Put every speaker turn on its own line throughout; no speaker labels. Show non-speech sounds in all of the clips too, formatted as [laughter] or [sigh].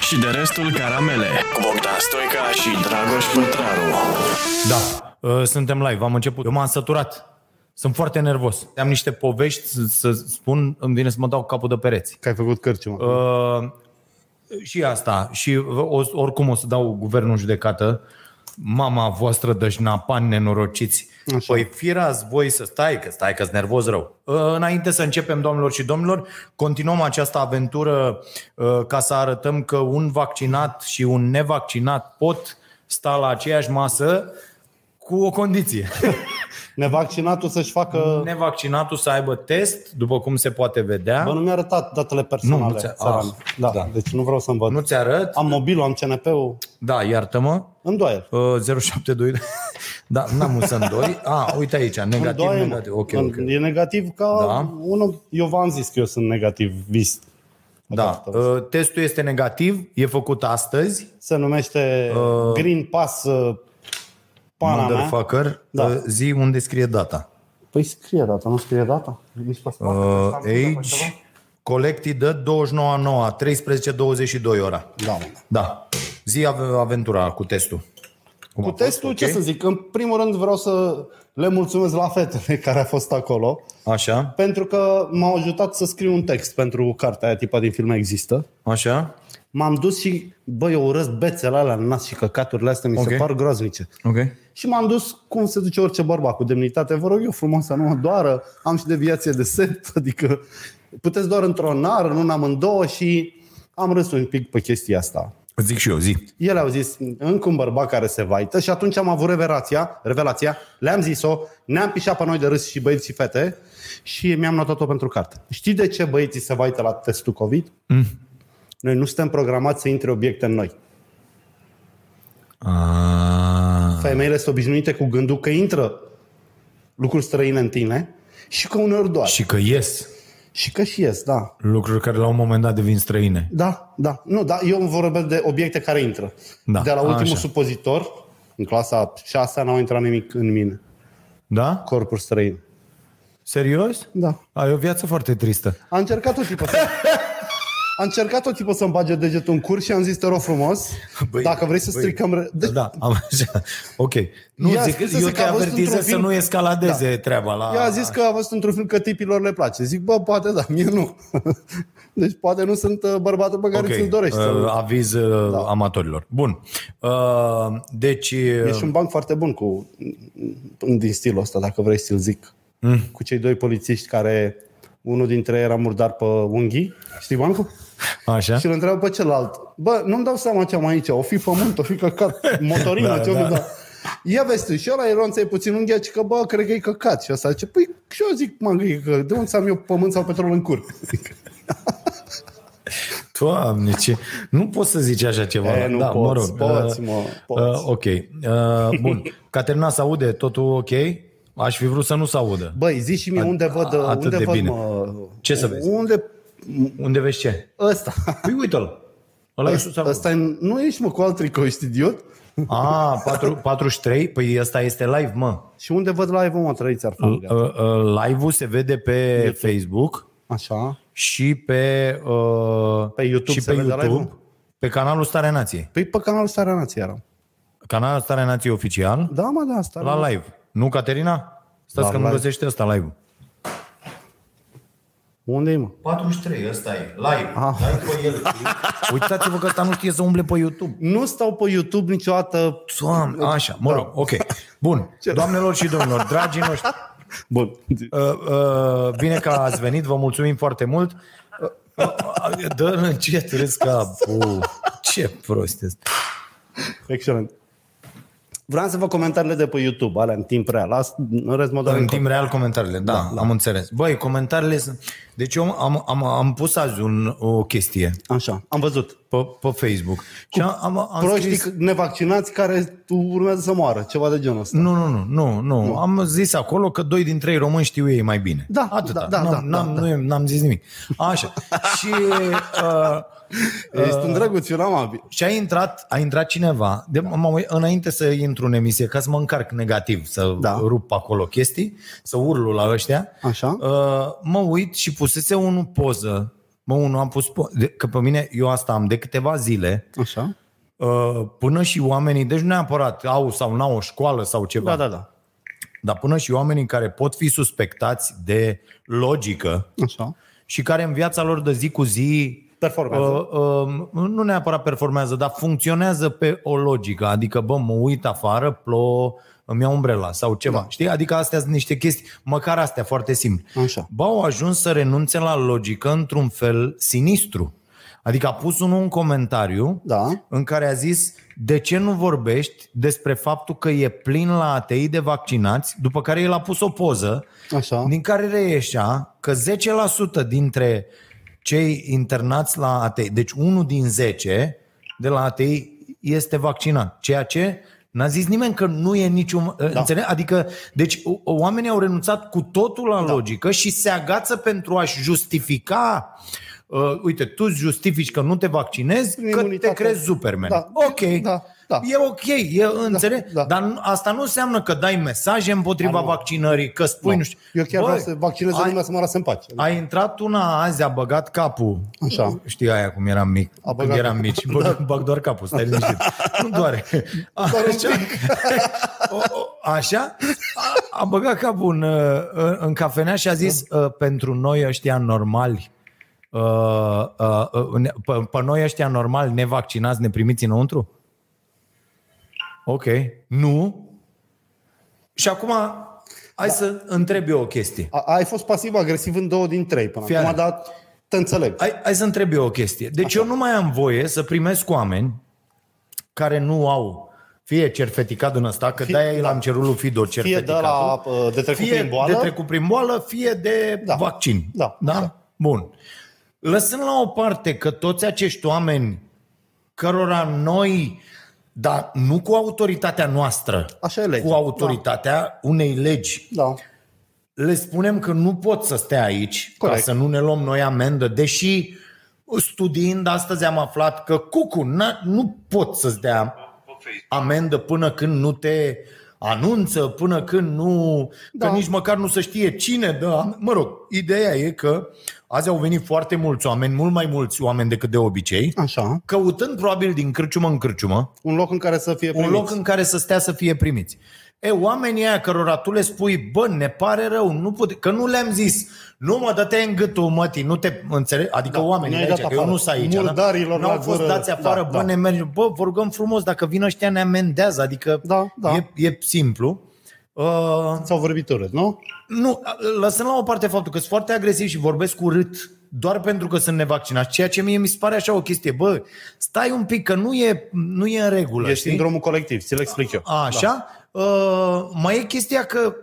și de restul caramele cu Bogdan Stoica și Dragoș Pătraru.
Da, uh, suntem live, am început. Eu m-am săturat. Sunt foarte nervos. Am niște povești să, să spun, îmi vine să mă dau capul de pereți.
Că ai făcut cărci, mă.
Uh, și asta. Și o, oricum o să dau guvernul în judecată. Mama voastră de șnapani nenorociți. Așa. Păi firați voi să stai, că stai că nervos rău. Uh, înainte să începem, domnilor și domnilor, continuăm această aventură uh, ca să arătăm că un vaccinat și un nevaccinat pot sta la aceeași masă cu o condiție.
Nevaccinatul să-și facă...
Nevaccinatul să aibă test, după cum se poate vedea.
Bă, nu mi-a arătat datele personale.
Nu, nu ți-a-
țăran.
a,
da,
da.
da, deci nu vreau să-mi văd.
Nu ți arăt?
Am mobilul, am CNP-ul,
Da, iartă-mă.
îndoiel.
Uh, 072. [laughs] da, n-am un sunt
[laughs]
2. A, uite aici, negativ,
Îndoiel, mă.
negativ. Ok,
În-
ok.
E negativ ca
Da.
unul... Eu v-am zis că eu sunt negativ vist.
Da. Uh, testul este negativ, e făcut astăzi.
Se numește Green Pass uh, pana mea.
Motherfucker,
Da.
da. zi unde scrie data.
Păi scrie data, nu scrie data? Nici pe spate,
Uh,
pe spate, pe ceva?
age, collected 29 a 9, 13 22 ora.
Da, mă, da.
Da. Zi ave- aventura cu testul. Cum a
Cu
fost?
testul,
Ok?
ce să zic, în primul rând vreau să le mulțumesc la fetele care a fost acolo,
Așa,
pentru că m-au ajutat să scriu un text pentru cartea aia tipa din filme există.
așa.
M-am dus și, bă, eu urăsc bețele alea în nas și căcaturile astea, mi
Ok.
se par groaznice.
Ok.
Și m-am dus, cum se duce orice bărbat, cu demnitate, vă rog eu frumos să nu mă doară, am și deviație de set, [laughs] adică puteți doar într-o nară, nu în amândouă și am râs un pic pe chestia asta.
Îți zic și eu, zi.
Ele au zis, încă un bărbat care se vaită și atunci am avut revelația, revelația le-am zis-o, ne-am pișat pe noi de râs și băieți și fete și mi-am notat-o pentru carte. Știi de ce băieții se vaită la testul COVID? Mm. Noi nu suntem programați să intre obiecte în noi.
A...
Femeile sunt obișnuite cu gândul că intră lucruri străine în tine și că uneori doar. Și,
Și că ies
și că și ies, da.
lucruri care la un moment dat devin străine.
Da, da. Nu, da, eu vorbesc de obiecte care intră.
Da,
De la ultimul
așa.
supozitor, în clasa 6 n-au intrat nimic în mine.
Da?
Corpuri străine.
Serios?
Da.
Ai o viață foarte tristă.
A încercat o tipă
[laughs]
să... A încercat o tipă să-mi bage degetul în cur și am zis, te rog frumos, băi, dacă vrei să
băi,
stricăm... Deci, Băi,
De... Da, am așa. Ok. Nu,
Ea
zic,
spusese
eu
că
te
a văzut
avertizez
într-un
să nu
film-
escaladeze da. treaba la...
Ea a zis că a văzut într-un film că tipilor le place. Zic, bă, poate da, mie nu. [laughs] Deci poate nu sunt uh, bărbatul pe care
Ok,
ți-l dorești.
Uh,
Uh,
aviz uh, da. amatorilor. Bun. Uh, deci, uh,
Ești un banc foarte bun cu din stilul ăsta, dacă vrei să-l zic. Mm. Cu cei doi polițiști care unul dintre ei era murdar pe unghii, știi bancul?
așa?
Și îl întreabă pe celălalt, bă, nu-mi dau seama ce am aici, o fi pământ, o fi căcat,
[laughs]
motorină,
Da,
da, ce
da.
da. da. Ia vezi tu, și ăla iron ți puțin unghia, ci că bă, cred că e căcat. Și ăsta zice, păi, și eu zic, mă, e că de unde să am eu pământ sau petrol în cur?
Doamne, ce... Nu poți să zici așa ceva.
E, nu
da, mă
poți,
rog.
poți,
Uh,
mă, poți.
Uh, ok. Uh,
[laughs]
bun. Caterina se aude? Totul ok? Aș fi vrut să nu se audă.
Băi, zi și mie unde văd,
atât
unde
de
văd,
bine.
mă,
Ce să vezi?
Unde,
Unde vezi ce?
ăsta.
Păi uite-l. Ăla e sus acolo.
Ăsta e, nu ești, mă, cu alt tricou, ești idiot?
A, 4, 43? Păi ăsta este live, mă.
Și unde văd live-ul, mă, trăiți ar
Uh, uh, Live-ul se vede pe Facebook
Așa.
și pe, uh,
Pe YouTube
și
se
pe,
vede
YouTube
live-ul?
pe canalul Starea Nației.
Păi pe canalul Starea Nației eram.
Canalul Starea Nației oficial
Da, mă, da, Starea
la live. Nu, Caterina? Stați
La
că nu
live.
găsește ăsta live-ul.
Unde e, mă?
43, ăsta e. Live.
Ah.
pe el. [laughs] Uitați-vă că ăsta nu știe să umble pe YouTube.
Nu stau pe YouTube niciodată.
Doamne, așa, mă rog, ok. Bun, doamnelor și domnilor, dragii [laughs] noștri,
Bun.
Uh, uh, bine că ați venit, vă mulțumim foarte mult. Uh, uh, Dă încet, râzi capul. Ce prost este.
Excelent. Vreau să vă comentariile de pe YouTube, alea în timp real. Asta, în rest, mă doar
În
în timp.
timp real comentariile, da, da, am înțeles. Băi, comentariile sunt... Deci eu am, am, am pus azi un, o chestie
Așa, am văzut.
pe, pe Facebook. și am, am, am
Proștii
scris...
nevaccinați care urmează să moară, ceva de genul ăsta.
Nu, nu, nu, nu, nu. Am zis acolo că doi din trei români știu ei mai bine.
Da,
Atâta.
da, da,
n-am,
da,
n-am,
da.
Nu, e- n-am zis nimic.
[laughs]
Așa. și... Uh,
Ești un drăguț, eu n-am abi.
Și a intrat, a intrat cineva, de,
Da.
m-am, uit- înainte să intru în emisie, ca să mă încarc negativ, să da.
Da.
rup acolo chestii, să urlu la ăștia,
Așa.
Uh, mă uit și pusese unul poză Mă, nu am pus... po- de- Că pe mine, eu asta am de câteva zile,
Așa?
uh, până și oamenii, deci nu neapărat au sau n-au o școală sau ceva,
Da, da, da.
dar până și oamenii care pot fi suspectați de logică
Așa.
și care în viața lor de zi cu zi
Performează.
Uh, uh, nu neapărat performează, dar funcționează pe o logică. Adică, bă, mă uit afară, plouă, îmi iau umbrela sau ceva. Da. Știi? Adică astea sunt niște chestii, măcar astea, foarte simple.
Așa.
Bă, au ajuns să renunțe la logică într-un fel sinistru. Adică a pus unul un comentariu
Da.
în care a zis de ce nu vorbești despre faptul că e plin la ATI de vaccinați, după care el a pus o poză
Așa.
din care reieșea că 10% dintre cei internați la ATI, deci unul din 10 de la ATI este vaccinat, ceea ce n-a zis nimeni că nu e niciun... Da. Înțeleg? Adică, deci o- oamenii au renunțat cu totul la da. logică și se agață pentru a-și justifica Uh, uite, tu îți justifici că nu te vaccinezi,
Prin
că te
imunitate.
crezi Superman.
Da.
Ok,
Da, da.
e ok, e înțeleg, da.
da.
dar nu- asta nu înseamnă că dai mesaje împotriva
A, nu.
vaccinării, că spui
Nu.
nu știu.
Eu chiar
Bă,
vreau să vaccinez
ai-
lumea să mă lase în pace.
A intrat una azi, a băgat capul.
Așa.
Știi aia cum eram mic. A
băgat
când eram
capul.
mici. Bă, da. [laughs] Bag doar capul, stai liniștit. nu doare.
[laughs]
Așa. [laughs] o, o, așa? A, a băgat capul în, uh, în, în cafenea și a zis
Da.
uh, pentru noi ăștia normali Uh, uh, uh, ne- pe, pe noi ăștia normal, nevaccinați, ne primiți înăuntru? Ok. Nu. Și acum hai da. să întreb eu o chestie.
A, ai fost pasiv-agresiv în două din trei până
Fiare.
acum, dar te înțeleg.
Hai, hai să întreb eu o chestie. Deci Așa. eu nu mai am voie să primesc oameni care nu au fie certificat din ăsta, că
Fie-
de-aia i
da.
l-am cerut lui Fido
Fie de la
certificatul,
uh, de trecut
fie
prin boală.
de trecut prin boală, fie de
Da.
vaccin.
Da.
da?
Da.
Bun. Lăsând la o parte că toți acești oameni cărora noi, dar nu cu autoritatea noastră,
Așa e legea.
cu autoritatea da. unei legi,
Da.
le spunem că nu pot să stea aici Corect.
Corect.
ca să nu ne luăm noi amendă, deși studiind astăzi am aflat că cucu, n- nu pot să-ți dea amendă până când nu te anunță, până când nu... Da.
Da.
Că nici măcar nu se știe cine dă... am- Mă rog, ideea e că azi au venit foarte mulți oameni, mult mai mulți oameni decât de obicei,
Așa.
căutând probabil din cârciumă în cârciumă,
Un loc în care să fie primiți.
un loc în care să stea să fie primiți. E, oamenii aia cărora tu le spui, bă, ne pare rău, nu pute, că nu le-am zis, nu mă dă în gâtul, mătii, nu te înțelegi, adică
Da,
da, oamenii
ne-ai
aici,
dat
că eu
afară.
nu sunt aici, da?
Murdarilor
n-au
la
fost
gură.
dați afară,
Da,
bă,
da.
ne mergem, bă, vă rugăm frumos, dacă vin ăștia ne amendează, adică
Da, da.
E, e simplu. Uh,
Sau vorbitură, nu?
nu, lăsăm la o parte faptul că sunt foarte agresiv și vorbesc urât doar pentru că sunt nevaccinați, ceea ce mie mi se pare așa o chestie, bă, stai un pic că nu e, nu e în regulă.
E
știi?
sindromul colectiv, ți-l explic eu.
Așa. Da. Uh, mai e chestia că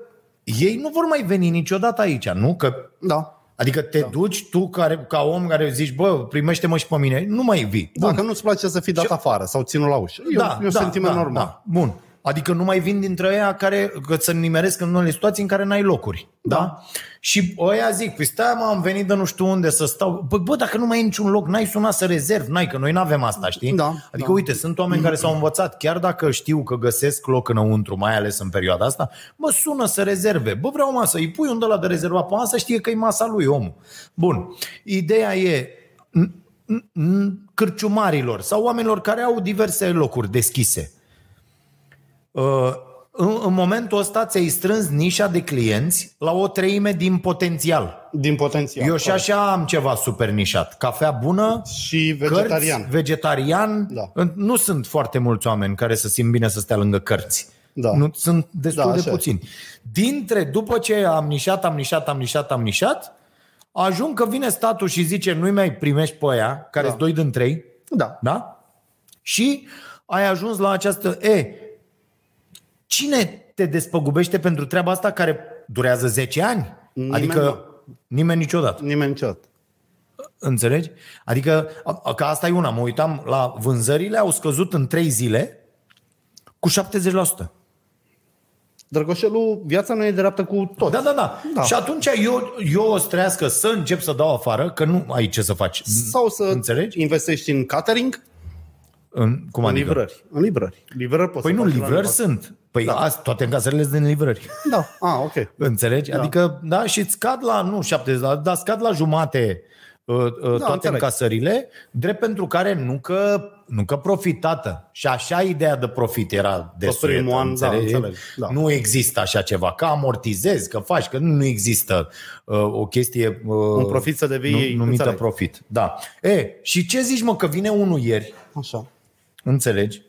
ei nu vor mai veni niciodată aici, nu? Că,
Da.
adică te da. duci tu care, ca om care zici, bă, primește-mă și pe mine, nu mai vii.
Dacă nu-ți place să fii dat afară sau ținut la ușă, Da, e da, un, e un da, sentiment da, normal. Da.
Bun. Adică nu mai vin dintre ăia care că să nimeresc în unele situații în care n-ai locuri. Da? da? Și ăia zic, păi stai mă, am venit de nu știu unde să stau. Păi, Bă, bă, dacă nu mai e niciun loc, n-ai sunat să rezerv, n-ai, că noi n-avem asta, știi?
[laughs] Da,
adică
da.
uite, sunt oameni care s-au învățat, chiar dacă știu că găsesc loc înăuntru, mai ales în perioada asta, mă sună să rezerve. Bă, vreau masă, îi pui un ăla de rezervat pe masă, știe că e masa lui omul. Bun. Ideea e, cârciumarilor sau oamenilor care au diverse locuri deschise. Uh, În, în momentul ăsta ți-ai strâns nișa de clienți la o treime din potențial.
Din potențial.
Eu și așa am ceva super nișat. Cafea bună,
Da, Și vegetarian.
Cărți, vegetarian.
Da.
În- Nu sunt foarte mulți oameni care să simt bine să stea lângă cărți.
Da.
Nu, sunt destul
Da,
de
așa
puțini. Dintre, după ce am nișat, am nișat, am nișat, am nișat, ajung că vine statul și zice nu-i mai primești pe aia, care sunt
Da.
doi din trei,
Da.
da? Și ai ajuns la această... E, cine te despăgubește pentru treaba asta care durează 10 ani?
Nimeni
adică nimeni niciodată.
Nimeni niciodată.
Înțelegi? Adică, a- a- că asta e una, mă uitam la vânzările, au scăzut în 3 zile cu 70%.
Drăgoșelul, viața nu e dreaptă cu tot.
Da, da, da, da.
Da.
Și atunci eu, eu o strească să încep să dau afară, că nu ai ce să faci.
Sau să
Înțelegi?
investești în catering,
În, cum
în
adică?
livrări. În livrări. Livrări poți
Păi
să
nu,
faci la
livrări
loc.
sunt. Păi da.
Da.
azi, toate încasările sunt din livrări.
Da. Ah, ok.
Înțelegi? Da. Adică, da, și îți scad la, nu 70, dar scad la jumate uh, uh, toate
înțeleg.
încasările, drept pentru care nu că, nu că profitată. Și așa ideea de profit era de
primul
suietă,
an, da,
înțelegi?
înțeleg, da.
Nu există așa ceva, că amortizezi, că faci, că nu, nu există uh, o chestie uh,
Un profit să devii-
numită
înțeleg.
profit. Da. E, și ce zici mă că vine unul ieri
Așa.
Înțelegi?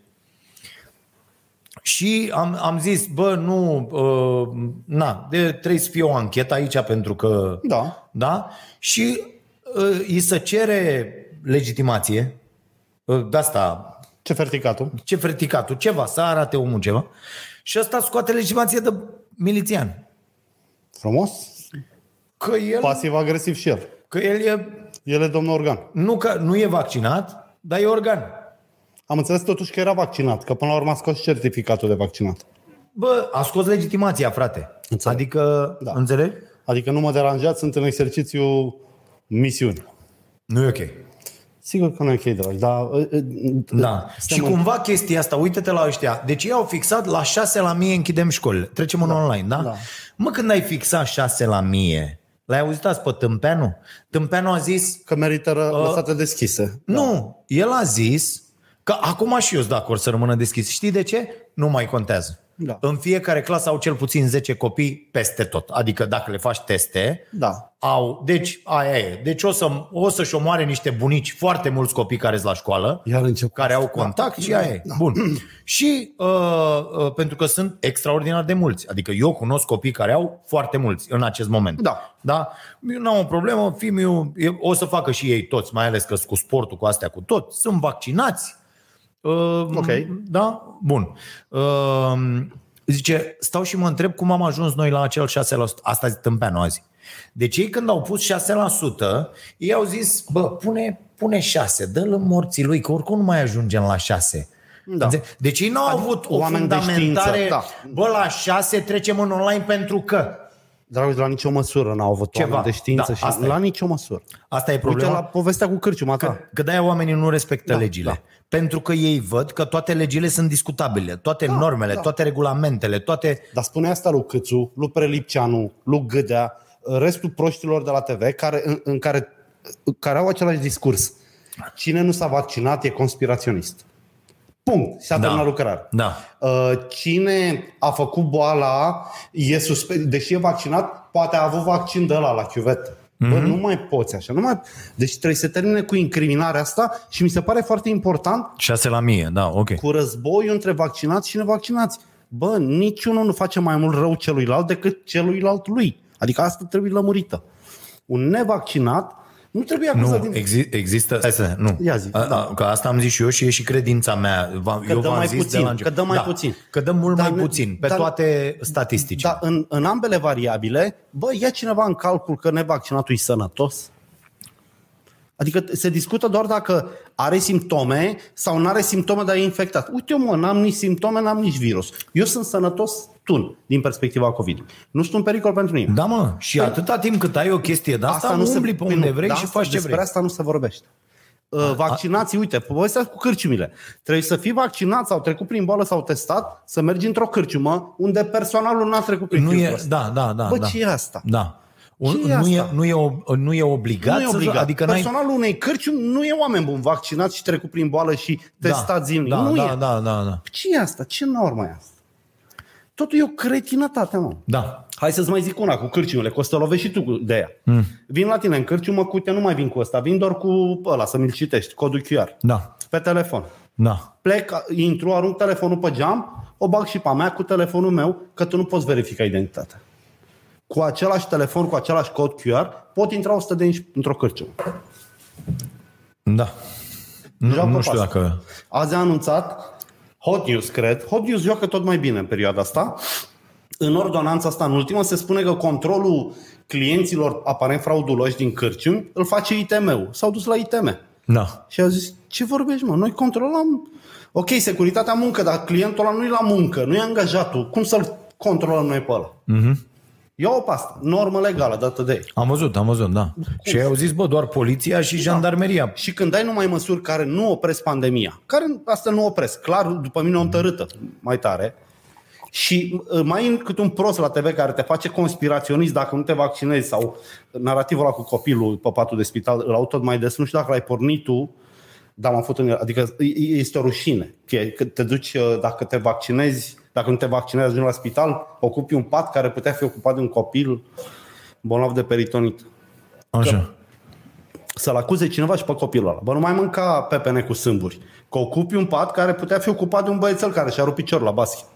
Și am, am zis, bă, nu, uh, na, de, trebuie să fie o anchetă aici pentru că...
Da.
Da? Și uh, îi se cere legitimație, uh, de asta,
Ce ferticatul?
ce freticatul, ceva, să arate omul ceva. Și asta scoate legitimație de milițian.
Frumos.
Că el,
Pasiv-agresiv și el.
că el e,
El e domnul organ.
nu, că, nu e vaccinat, dar e organ.
Am înțeles totuși că era vaccinat, că până la urmă a scos și certificatul de vaccinat.
Bă, a scos legitimația, frate.
Înțeleg.
Adică,
Da.
da. înțelegi?
Adică nu mă deranjați, sunt în exercițiu misiuni.
Nu e ok.
Sigur că nu e ok, dragi, dar... ă, ă,
Da.
suntem
Și
în-
cumva chestia asta, uite-te la ăștia. Deci ei au fixat la 6 la mie închidem școlile. Trecem în online, da?
Da.
Mă, când ai fixat 6 la mie, l-ai auzit azi pe Tâmpeanu? Tâmpeanu a zis,
Că merită ră-
Uh.
lăsate deschise.
nu, el a zis că acum și eu sunt de acord să rămână deschis. Știi de ce? Nu mai contează.
Da.
În fiecare clasă au cel puțin 10 copii peste tot. Adică dacă le faci teste,
Da.
au, deci aia e. Deci o, să, o să-și omoare niște bunici, foarte mulți copii care sunt la școală,
Iar încep.
care au contact și aia e. Bun. Și uh, uh, pentru că sunt extraordinar de mulți. Adică eu cunosc copii care au foarte mulți în acest moment.
Da.
Da? Eu n-am o problemă, fimiu, o să facă și ei toți, mai ales că sunt cu sportul, cu astea, cu tot. Sunt vaccinați. Uh,
Ok.
Da? Bun. Uh, zice, stau și mă întreb cum am ajuns noi la acel 6%. Asta zic tâmpeanu azi. Deci ei când au pus 6%, ei au zis, bă, pune, pune 6, dă-l în morții lui, că oricum nu mai ajungem la 6.
Da.
Deci ei n-au avut o
oameni de
fundamentare,
știință, da.
bă, la 6 trecem în online pentru că.
Dragi, la nicio măsură n-au avut
Ceva.
oameni de știință
Da,
și
asta e.
la nicio măsură.
Asta e
Uite
problema.
la povestea cu cârciuma ta.
Că de-aia oamenii nu respectă
Da,
da, legile.
da.
Da. Pentru că ei văd că toate legile sunt discutabile, toate da, normele,
da.
da. toate regulamentele, toate...
Dar spune asta lui Câțu, lui Prelipceanu, lui Gâdea, restul proștilor de la TV care, în, în care, care au același discurs. Cine nu s-a vaccinat e conspiraționist. Punct. Și a
Da.
terminat lucrarea.
Da.
Uh, Cine a făcut boala e suspect, deși e vaccinat, poate a avut vaccin de la la chiuvetă. Bă, nu mai poți așa. Nu mai... Deci trebuie să termine cu incriminarea asta și mi se pare foarte important
6 la mie, da, ok.
cu războiul între vaccinați și nevaccinați. Bă, niciunul nu face mai mult rău celuilalt decât celuilalt lui. Adică asta trebuie lămurită. Un nevaccinat nu trebuie acuzat
Nu,
din...
exi- există... Hai să, nu.
Ia zi,
a,
da.
a, că asta am zis și eu și e și credința mea. Va, că eu
dă
v-am
mai
zis
puțin,
de la început. Da.
că dă mai puțin.
Că dă mult
Dar
mai
ne-
puțin, pe
dar- da.
toate statisticile.
Dar în, în ambele variabile, bă, ia cineva în calcul că nevaccinatul e sănătos? Adică se discută doar dacă are simptome sau nu are simptome, dar e infectat. Uite, mă, n-am nici simptome, n-am nici virus. Eu sunt sănătos tun din perspectiva COVID. Nu sunt un pericol pentru nimeni.
Da, mă, și atâta timp cât ai o chestie de asta, asta nu umbli pe
păi
unde
nu,
vrei
da,
și faci ce
despre
vrei.
asta nu se vorbește. Uh, Vaccinații, uite, povestea cu cârciumile. Trebuie să fii vaccinat sau trecut prin boală sau testat, să mergi într-o cârciumă unde personalul n-a trecut prin
Nu
filtrul
e,
ăsta.
da, da, da.
Bă,
da.
ce e asta?
Da. Un,
Ce e
nu, e,
asta?
nu, e, ob- nu e obligat,
Nu e
să-
obligat.
adică n-ai
Personalul unei cărciumi nu e oameni buni vaccinați și trecut prin boală și testat zilnic.
Da,
nu
da,
e.
da, da, da.
Ce e asta? Ce normă e asta? Totul e o cretinătate, mă.
Da.
Hai să-ți mai zic una cu cârciumele, că o să te lovești și tu cu- de ea. Mm. Vin la tine în cârciumă, cu te nu mai vin cu ăsta, vin doar cu ăla să mi-l citești, codul QR,
Da.
pe telefon.
Da.
Plec, intru, arunc telefonul pe geam, o bag și pe a mea cu telefonul meu, că tu nu poți verifica identitatea. Cu același telefon, cu același cod QR, pot intra 100 de inși într-o cârciumă.
Da. Nu,
Joacă
nu știu
pe
dacă...
Azi a anunțat Hot News, cred. Hot News joacă tot mai bine în perioada asta. În ordonanța asta, în ultima, se spune că controlul clienților aparent frauduloși din cârciumi îl face ITM-ul. S-au dus la ITM.
Da.
Și a zis, ce vorbești, mă? Noi controlăm... Ok, securitatea muncă, dar clientul ăla nu e la muncă, nu e angajatul. Cum să-l controlăm noi pe ăla? Mm-hmm.
Mhm.
Ia-o pe asta. Normă legală dată de ei.
Am văzut, am văzut, da. Și au zis, bă, doar poliția
Da.
și jandarmeria.
Și când ai numai măsuri care nu opresc pandemia, care asta nu opresc, clar, după mine o întărâtă mai tare, Și uh, mai e cât un prost la TV care te face conspiraționist dacă nu te vaccinezi sau narativul ăla cu copilul pe patul de spital, îl au tot mai des. Nu știu dacă l-ai pornit tu, dar m-am făcut în el. Adică e- e- este o rușine. Că- că te duci, uh, dacă te vaccinezi, dacă nu te vaccinezi, ajungi la spital, ocupi un pat care putea fi ocupat de un copil bolnav de peritonit
Așa.
să-l acuze cineva și pe copilul ăla. Bă, nu mai mânca pepene cu sâmburi. Că ocupi un pat care putea fi ocupat de un băiețel care și-a rupt piciorul la basket.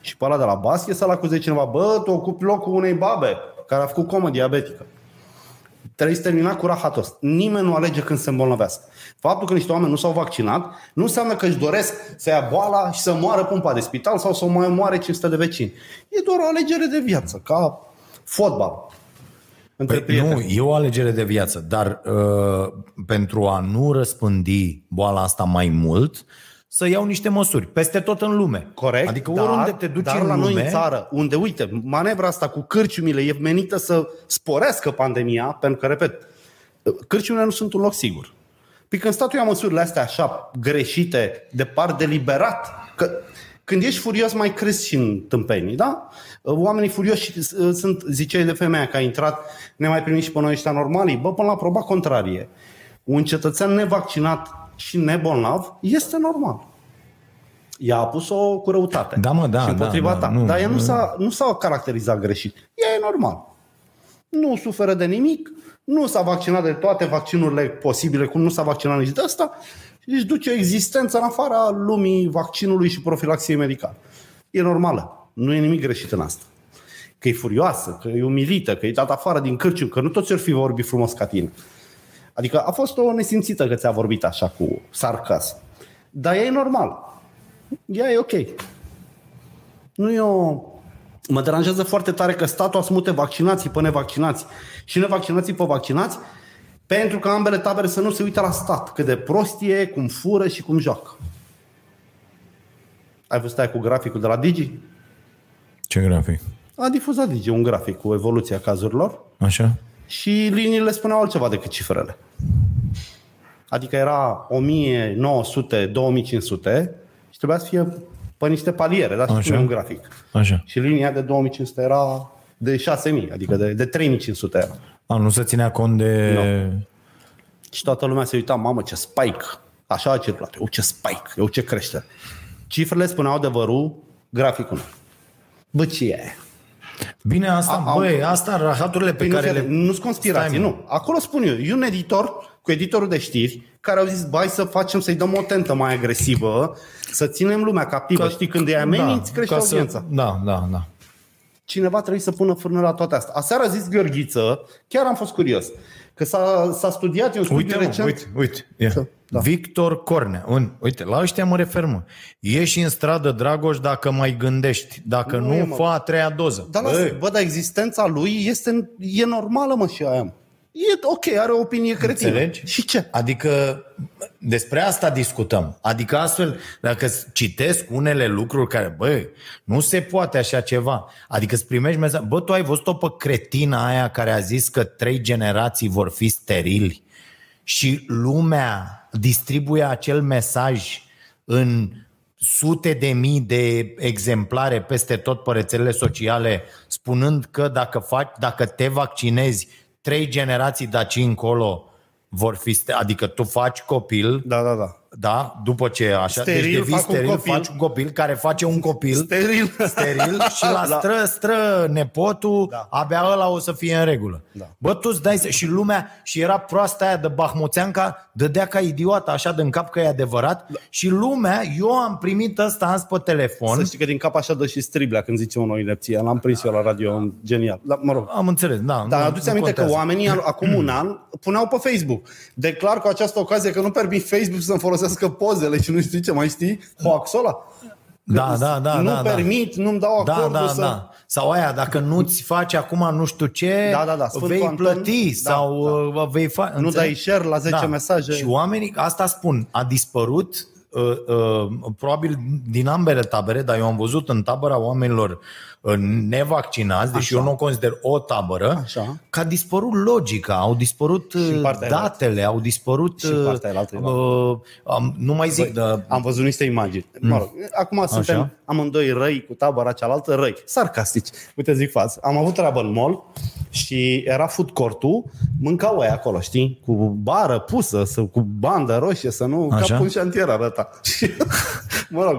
Și pe ăla de la basket să-l acuze cineva. Bă, tu ocupi locul unei babe care a făcut comă diabetică. Trebuie să termina cu rahatos. Nimeni nu alege când se îmbolnăvească. Faptul că niște oameni nu s-au vaccinat nu înseamnă că își doresc să ia boala și să moară pumpa de spital sau să o mai moare 500 de vecini. E doar o alegere de viață, ca fotbal. Între
Păi,
prieteni.
nu, e o alegere de viață, dar uh, pentru a nu răspândi boala asta mai mult, să iau niște măsuri peste tot în lume.
Corect.
Adică
dar,
oriunde te duci
dar
în
la
lume,
noi în țară, unde, uite, manevra asta cu cârciumile e menită să sporească pandemia, pentru că, repet, cârciumile nu sunt un loc sigur. Păi când statul ia măsurile astea așa greșite, de par deliberat, că când ești furios mai crezi și în tâmpenii, da? Oamenii furioși uh, sunt, ziceai de femeia că a intrat, ne mai primit și pe noi ăștia normalii, bă, până la proba contrarie. Un cetățean nevaccinat și nebolnav este normal. Ea a pus-o cu răutate.
Da, mă, da,
Și împotriva
da, da,
ta.
nu,
Dar ea nu
nu.
s-a, nu s-a caracterizat greșit. Ea e normal nu suferă de nimic, nu s-a vaccinat de toate vaccinurile posibile, cum nu s-a vaccinat nici de asta, și își duce o existență în afara lumii vaccinului și profilaxiei medicale. E normală. Nu e nimic greșit în asta. Că e furioasă, că e umilită, că e dat afară din cârcium, că nu toți ar fi vorbit frumos ca tine. Adică a fost o nesimțită că ți-a vorbit așa cu sarcasm. Dar ea e normal. Ea e ok. Nu e o... Mă deranjează foarte tare că statul asmute vaccinații pe nevaccinați și nevaccinații pe vaccinați pentru că ambele tabere să nu se uite la stat, cât de prost e, cum fură și cum joacă. Ai văzut aia cu graficul de la Digi?
Ce grafic?
A difuzat Digi un grafic cu evoluția cazurilor
Așa?
și liniile spuneau altceva decât cifrele. Adică era 1900, 2500 și trebuia să fie pe niște paliere, dar
Așa.
și un grafic.
Așa.
Și linia de 2500 era de 6000, adică de, de 3500 era.
A, nu se ținea cont de... No.
Și toată lumea se uita, mamă, ce spike. Așa a circulat. Eu ce spike, eu ce crește. Cifrele spuneau adevărul, graficul. nu. Bă, ce e aia?
Bine, asta,
A- au-
băi, asta, rahaturile pe
Păi
care
nu,
le...
le... nu sunt conspirații,
Stai, mă.
nu. Acolo spun eu, e un editor cu editorul de știri care au zis, bai să facem, să-i dăm o tentă mai agresivă, să ținem lumea captivă,
Ca-
știi, când e ameninți, da, crește
ca
audiența.
Da, da, da.
cineva trebuie să pună frână la toate astea. Aseară a zis Gheorghiță, chiar am fost curios, că s-a, s-a studiat, e un studiu
Uite, mă,
recent.
uite, uite. Ia.
Da.
Victor Cornea. Un, uite, la ăștia mă refer, mă. Ieși în stradă, Dragoș, dacă mai gândești. Dacă
Nu
nu,
e,
nu
mă.
fă a treia doză.
Dar lasă,
Băi,
Da, bă, dar existența lui este, e normală, mă, și aia. mă. E ok, are o opinie cretină.
Înțelegi?
Și ce?
Adică despre asta discutăm. Adică astfel, dacă s- citesc unele lucruri care, bă, nu se poate așa ceva. Adică îți primești mesaj, bă, tu ai văzut-o pe cretina aia care a zis că trei generații vor fi sterili și lumea distribuie acel mesaj în sute de mii de exemplare peste tot pe rețelele sociale, spunând că dacă, faci, dacă te vaccinezi trei generații daci încolo vor fi, ste- adică tu faci copil,
Da, da, da.
da, după ce așa,
Steril,
deci devii
fac un
steril,
copil.
faci un copil care face un copil
Steril. [laughs]
steril și la
Da.
stră, stră nepotul,
Da.
da. abia ăla o să fie în regulă.
Da.
Bă, tu îți dai se- și lumea, și era proasta aia de Bahmuțeanca, dădea ca idiotă așa de în cap că e adevărat da. și lumea, eu am primit ăsta azi pe telefon,
Să știi că din cap așa dă și striblea când zice unul o inepție. L-am prins eu la radio, genial. Da, mă rog.
am înțeles, da.
Dar
nu-
aduți
nu
aminte
contează.
că oamenii al- acum un an puneau pe Facebook. Declar cu această ocazie că nu permit Facebook să-mi folosească pozele și nu știu ce mai știi, hoaxul ăla.
da, da, da,
nu
da, da.
permit, nu-mi dau
Da,
acordul
da,
să...
da. Sau aia, dacă nu-ți faci acum nu știu ce,
Da, da, da. Sfântul
vei
Anton,
plăti
da,
sau da. vei fa-
Nu
înțelegi? Da.
dai share la 10 mesaje.
Și oamenii, asta spun, a dispărut uh, uh, probabil din ambele tabere, dar eu am văzut în tabăra oamenilor uh, nevaccinați, deși
Așa.
eu nu o consider o tabără,
Așa.
că a dispărut logica, au dispărut
Și în
uh,
partea aia.
datele, au dispărut...
Și în partea aia, altă.
uh, am- nu mai zic,
Băi,
dar
am văzut niște imagini.
Mm.
Mă rog, acum suntem amândoi răi cu tabăra cealaltă, răi, sarcastici. Uite, zic față. Am avut treabă în mall și era food court-ul, mâncau ei acolo, știi? Cu bară pusă, să, cu bandă roșie, să nu...
Așa.
Ca un șantier arăta. [laughs] Și, mă rog,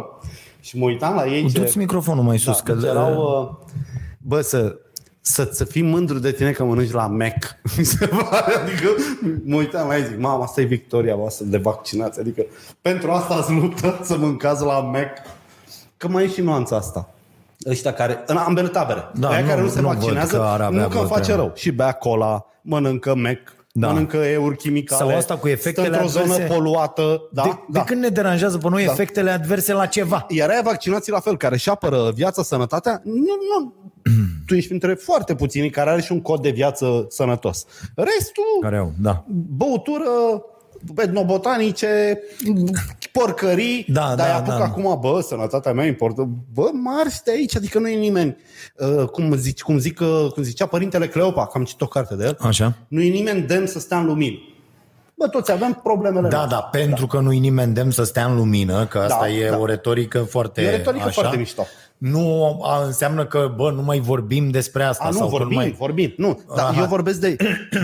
și mă uitam la ei... ce-
du-ți microfonul mai sus,
da,
că...
deci erau, uh, bă, să, să, să fii mândru de tine că mănânci la Mac. [laughs] Mi se pare, adică mă uitam la ei zic, mama, asta e victoria voastră de vaccinați. Adică pentru asta ați luptat să mâncați la Mac. Că mai e și nuanța asta. Ăștia care, în ambele tabere,
Da,
aia
nu-
care nu se
nu văd
vaccinează,
că ar avea
nu că
vreo
face
treabă.
rău. Și bea cola, mănâncă Mac,
Da.
mănâncă euri chimicale,
Sau asta cu efectele
stă într-o zonă
adverse.
poluată. Da?
de,
da.
de când ne deranjează pe noi
Da.
efectele adverse la ceva?
Iar aia vaccinații la fel, care își apără viața, sănătatea, nu, nu, tu ești printre foarte puțini care are și un cod de viață sănătos. Restul,
Care au, da.
băutură, etnobotanice, porcării,
Da,
dar
da,
îi apuc
da.
acum, bă, sănătatea mea importă. Bă, marși de aici, adică nu e nimeni. Uh, cum, zici, cum, zic, uh, cum zicea părintele Cleopa, că am citit o carte de el,
Așa.
nu e nimeni demn să stea în lumină. Bă, toți avem problemele
Da,
noastre.
da, pentru că nu-i nimeni demn să stea în lumină, că asta e
da.
o retorică foarte
E o retorică
așa.
foarte mișto.
Nu a, înseamnă că, bă, nu mai vorbim despre asta.
A, nu,
sau că
vorbim,
mai...
vorbim. Nu, dar
Aha.
eu vorbesc de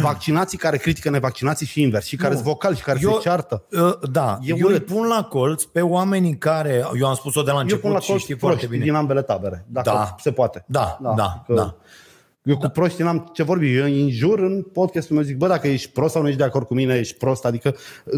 vaccinații care critică nevaccinații și invers, și care sunt vocali și care
Eu-
se ceartă.
Uh, Da,
E
eu îi
urât.
pun la colț pe oamenii care, eu am spus-o de la
Eu
început
pun la
și
colț
știi
proști
foarte bine.
din ambele tabere, dacă
Da.
da. se poate.
Da, da,
că
da.
Eu cu proști n-am ce vorbi, eu îi înjur în podcastul meu, zic, bă, dacă ești prost sau nu ești de acord cu mine, ești prost, adică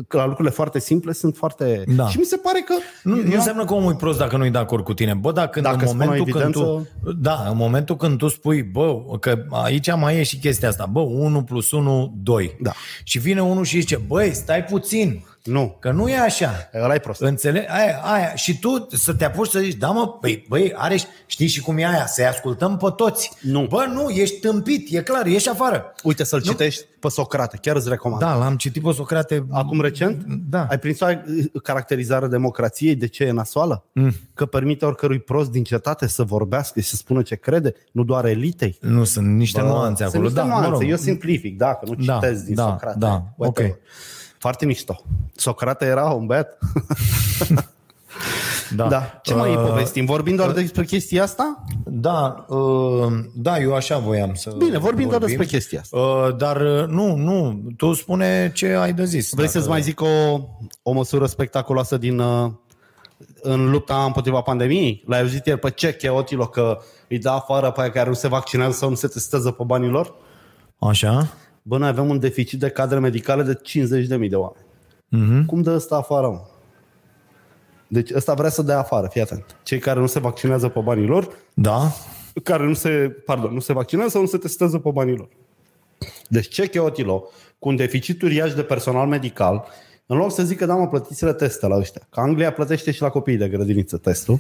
că la lucrurile foarte simple sunt foarte...
Da.
Și mi se pare că...
Nu,
eu
nu
am-
înseamnă că omul e prost dacă nu e de acord cu tine. Bă, dacă,
Dacă
în
spun o
momentul când
evidență-
tu, da, în momentul când tu spui, bă, că aici mai e și chestia asta, bă, 1 plus 1, 2.
Da.
Și vine unul și zice, băi, stai puțin,
Nu,
că nu e așa.
ăla e prost.
Înțeleg? Aia, aia. Și tu să te apuci să zici, da mă, păi, băi, are, și- știi și cum e aia, să-i ascultăm pe toți.
Nu.
Bă, nu, ești tâmpit, e clar, ieși afară.
Uite să-l
Nu.
citești pe Socrate, chiar îți recomand.
Da, l-am citit pe Socrate.
Acum recent?
Da.
Ai prins o caracterizare democrației de ce e nasoală? Mm. Că permite oricărui prost din cetate să vorbească și să spună ce crede, nu doar elitei.
Nu, sunt niște nuanțe
Sunt
acolo.
niște
da,
nuanțe,
mă rog.
eu simplific, da, că nu
Da,
citesc din
da,
Socrate.
da,
Whatever.
ok.
Foarte mișto. Socrate era un băiat.
Da.
Da. Ce mai
Uh,
povestim? Vorbim doar despre chestia asta?
Da, uh, da, eu așa voiam să
Bine, vorbim doar despre chestia asta.
Uh, Dar uh, nu, nu, tu spune ce ai de zis.
Vrei
Dacă-
să-ți mai zic o, o măsură spectaculoasă din uh, în lupta împotriva pandemiei? L-ai auzit ieri pe Ceche Otilo că îi dă afară pe aia care nu se vaccinează sau nu se testează pe banii lor?
Așa?
Bă, noi avem un deficit de cadre medicale de 50.000 de oameni. Mm-hmm. Cum dă ăsta afară, mă? Deci ăsta vrea să dea afară, fii atent. Cei care nu se vaccinează pe banii lor,
Da?
care nu se, pardon, nu se vaccinează sau nu se testează pe banii lor. Deci ce cheotilo, cu un deficit uriaș de personal medical, în loc să zică, da mă, plătiți-le teste la ăștia, că Anglia plătește și la copiii de grădiniță testul,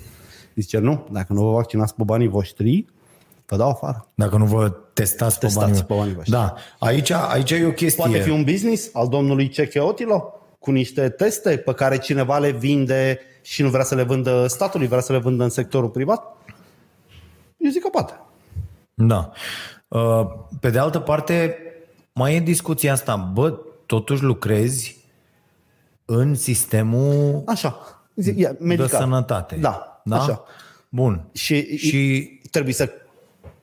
zice, nu, dacă nu vă vaccinați pe banii voștri, vă dau afară.
Dacă nu vă testați,
Testați
pe
pe banii
banii
voștri.
Da, aici, aici e o chestie.
Poate fi un business al domnului Ceche Otilo cu niște teste pe care cineva le vinde și nu vrea să le vândă statului, vrea să le vândă în sectorul privat? Eu zic că poate.
Da. Uh, Pe de altă parte, mai e discuția asta. Bă, totuși lucrezi în sistemul
Așa. Zic, ia, medical.
de sănătate.
Da,
da?
așa.
Bun.
Și,
Și
trebuie să...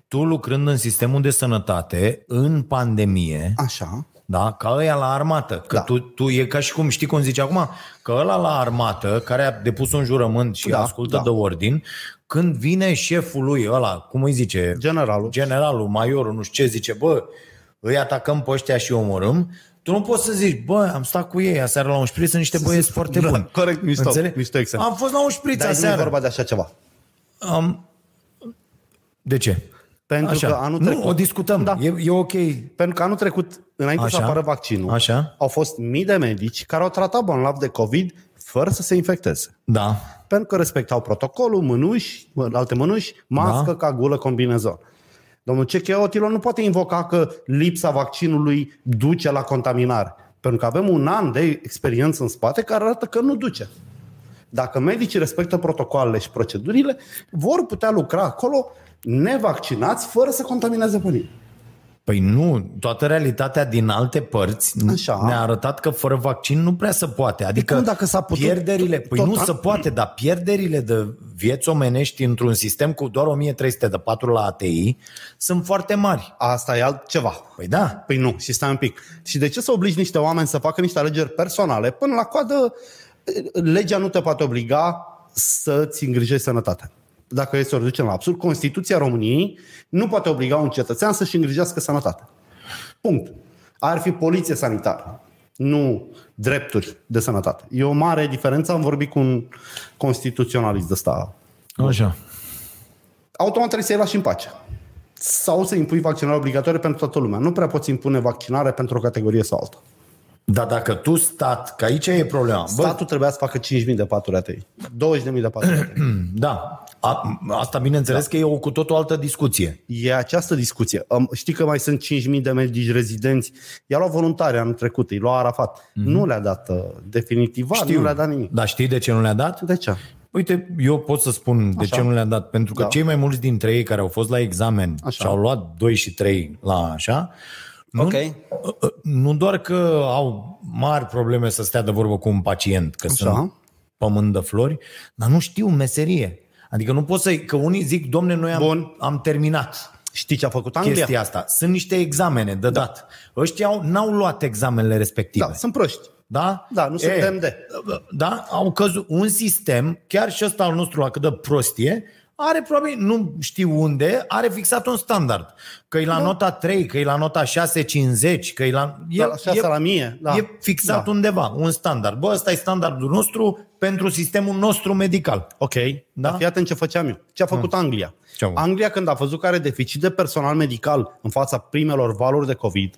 tu lucrând în sistemul de sănătate, în pandemie,
Așa.
da, ca ăia la armată, că da.
Da.
tu, tu e ca și cum, știi cum zice acum, că ăla la armată, care a depus un jurământ și da,
Da,
ascultă da.
da.
de ordin, când vine șeful lui ăla, cum îi zice?
Generalul.
Generalul, maiorul, nu știu ce, zice, bă, îi atacăm pe ăștia și îi omorâm, tu nu poți să zici, bă, am stat cu ei aseară la un șpriț, sunt niște băieți foarte
[laughs] Da,
buni.
corect, mișto,
Înțelegi?
mișto exemplu.
Am fost la un șpriț
Dar nu e
aseară.
vorba de așa ceva.
Am... De ce?
Pentru
Așa.
că anul
nu,
trecut-
o discutăm. Da.
Da.
E, e ok.
Pentru că anul trecut, înainte
Așa.
să apară vaccinul,
Așa.
au fost mii de medici care au tratat bolnavi de COVID fără să se infecteze.
Da.
Pentru că respectau protocolul, mânuși, mă, alte mânuși, mască,
Da.
da. ca gulă, combinezon. Domnul Ceche Otilo nu poate invoca că lipsa vaccinului duce la contaminare. Pentru că avem un an de experiență în spate care arată că nu duce. Dacă medicii respectă protocoalele și procedurile, vor putea lucra acolo nevaccinați fără să contamineze pe nimeni.
Păi nu, toată realitatea din alte părți
Așa. Păi
ne-a arătat că fără vaccin nu prea se poate. Adică
cum dacă s-a putut?
pierderile, păi
Tot
nu
a-
se poate, dar pierderile de vieți omenești într-un sistem cu doar 1300 de patru la ATI sunt foarte mari.
Asta e altceva.
Păi da,
Păi nu, și stai un pic. Și de ce să obligi niște oameni să facă niște alegeri personale? Până la coadă, legea nu te poate obliga să-ți îngrijești sănătatea. Dacă e să o reducem la absurd, Constituția României nu poate obliga un cetățean să-și îngrijească sănătatea. Punct. Ar fi poliție sanitară, nu drepturi de sănătate. E o mare diferență. Am vorbit cu un constituționalist de ăsta
așa.
automat trebuie să-i lași în pace. Sau să impui vaccinare obligatorie pentru toată lumea. Nu prea poți impune vaccinare pentru o categorie sau alta.
Dar dacă tu stat, că aici e problema. Bă,
Statul trebuia să facă 5.000 de paturi ATI. 20.000 de
[clears throat]
paturi ATI.
da, a, asta bineînțeles da. că e o cu totul altă discuție.
E această discuție. Am- Știi că mai sunt 5.000 de medici rezidenți. I-a luat voluntari anul trecut, i-a luat Arafat. Mm-hmm.
Mhm.
Nu le-a dat uh, definitiva, Știu. nu le-a dat nimic.
Dar știi de ce nu le-a dat?
De ce?
Uite, eu pot să spun de
Așa.
ce nu le-a dat. Pentru că
Da.
da. cei mai mulți dintre ei care au fost la examen
Așa.
așa. și au luat 2 și 3 la așa, nu,
Ok.
nu doar că au mari probleme să stea de vorbă cu un pacient, că
Așa.
așa. sunt pământ de flori, dar nu știu meserie. Adică nu pot să... Că unii zic, domne, noi am,
Bun.
am terminat
Știi ce a făcut Anglia?
chestia asta. Sunt niște examene de da. dat. Ăștia au, n-au luat examenele respective.
Da, sunt proști.
Da?
Da, nu suntem de.
Da? Au căzut un sistem, chiar și ăsta al nostru, la cât de prost e, are probabil, nu știu unde, are fixat un standard. Că e la da. nota 3, că e la nota 650, că e la... E,
Da, la șase la mie, da.
E fixat
Da.
da. undeva, un standard. Bă, ăsta e standardul nostru pentru sistemul nostru medical.
Ok, da?
Da? Ah.
dar fii atent ce făceam eu. Ce a făcut mm. Anglia?
Ce-a făcut?
Anglia, când a văzut că are deficit de personal medical în fața primelor valuri de COVID,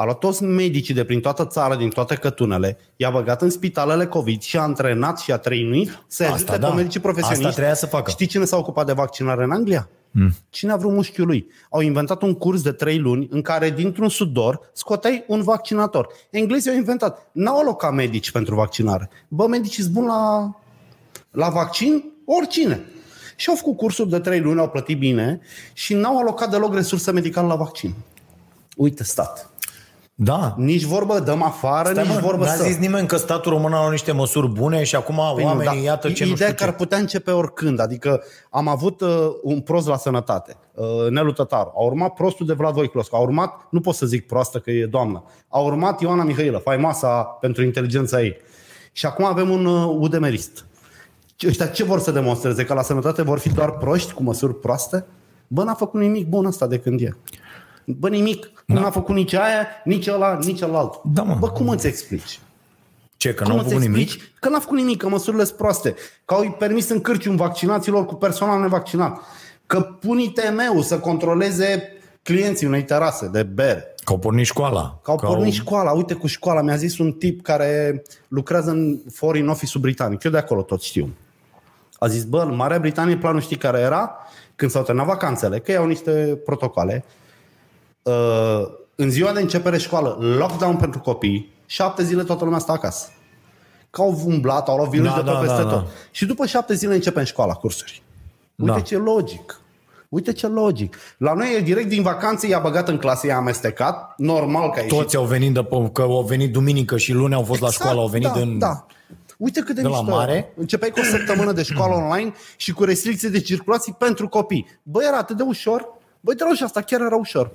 a luat toți medicii de prin toată țara, din toate cătunele, i-a băgat în spitalele COVID și a antrenat și a trăinuit să
Asta
ajute
da.
pe medicii profesioniști.
Asta trebuia să facă.
Știi cine s-a ocupat de vaccinare în Anglia? Mm. Cine a vrut mușchiul lui? Au inventat un curs de trei luni în care dintr-un sudor scoteai un vaccinator. Englezii au inventat. N-au alocat medici pentru vaccinare. Bă, medicii sunt buni la la vaccin oricine. Și au făcut cursuri de 3 luni, au plătit bine și n-au alocat deloc resurse medicale la vaccin. Uite stat.
Da.
Nici vorbă dăm afară, Stai, nici
Stai, mă,
vorbă
N-a
să...
zis nimeni că statul român are niște măsuri bune și acum păi oamenii,
nu,
nu,
da.
iată ce
Ideea
nu știu
că
ce.
ar putea începe oricând. Adică am avut uh, un prost la sănătate, uh, Nelu Tătaru. A urmat prostul de Vlad Voiculescu. A urmat, nu pot să zic proastă că e doamnă, a urmat Ioana Mihailă, faimoasa pentru inteligența ei. Și acum avem un uh, udemerist. Ce- Ăștia ce vor să demonstreze? Că la sănătate vor fi doar proști cu măsuri proaste? Bă, n-a făcut nimic bun asta de când e. Bă, nimic. Nu n-a făcut nici aia, nici ăla, nici ălalt.
Da, mă.
Bă, cum îți explici?
Ce, că
Cum
n-au
îți
făcut nimic?
explici Că n-a făcut nimic, că măsurile sunt proaste. Că au permis în cârciun vaccinaților cu personal nevaccinat. Că pun ITM-ul să controleze clienții unei terase de bere.
Că au pornit școala.
Că au pornit școala. Uite cu școala. Mi-a zis un tip care lucrează în foreign office britanic. Eu de acolo tot știu. A zis, bă, în Marea Britanie planul știi care era? Când s-au terminat vacanțele, că iau niște protocoale. Uh, în ziua de începere școală, lockdown pentru copii, șapte zile toată lumea stă acasă. Că au umblat, au luat virus
Da,
de pe
da,
peste
da,
tot.
da.
Și după șapte zile începem școala, cursuri. Uite
Da.
ce logic. Uite ce logic. La noi e direct din vacanțe, i-a băgat în clasă, i-a amestecat. Normal că a ieșit
Toți au venit, de, pe- că au venit duminică și luni, au fost la școală, au venit
da,
în...
Da. Uite cât de,
de la
mișto.
mare.
Începeai cu o săptămână de școală online și cu restricții de circulații pentru copii. Băi, era atât de ușor. Băi, te rog și asta chiar era ușor.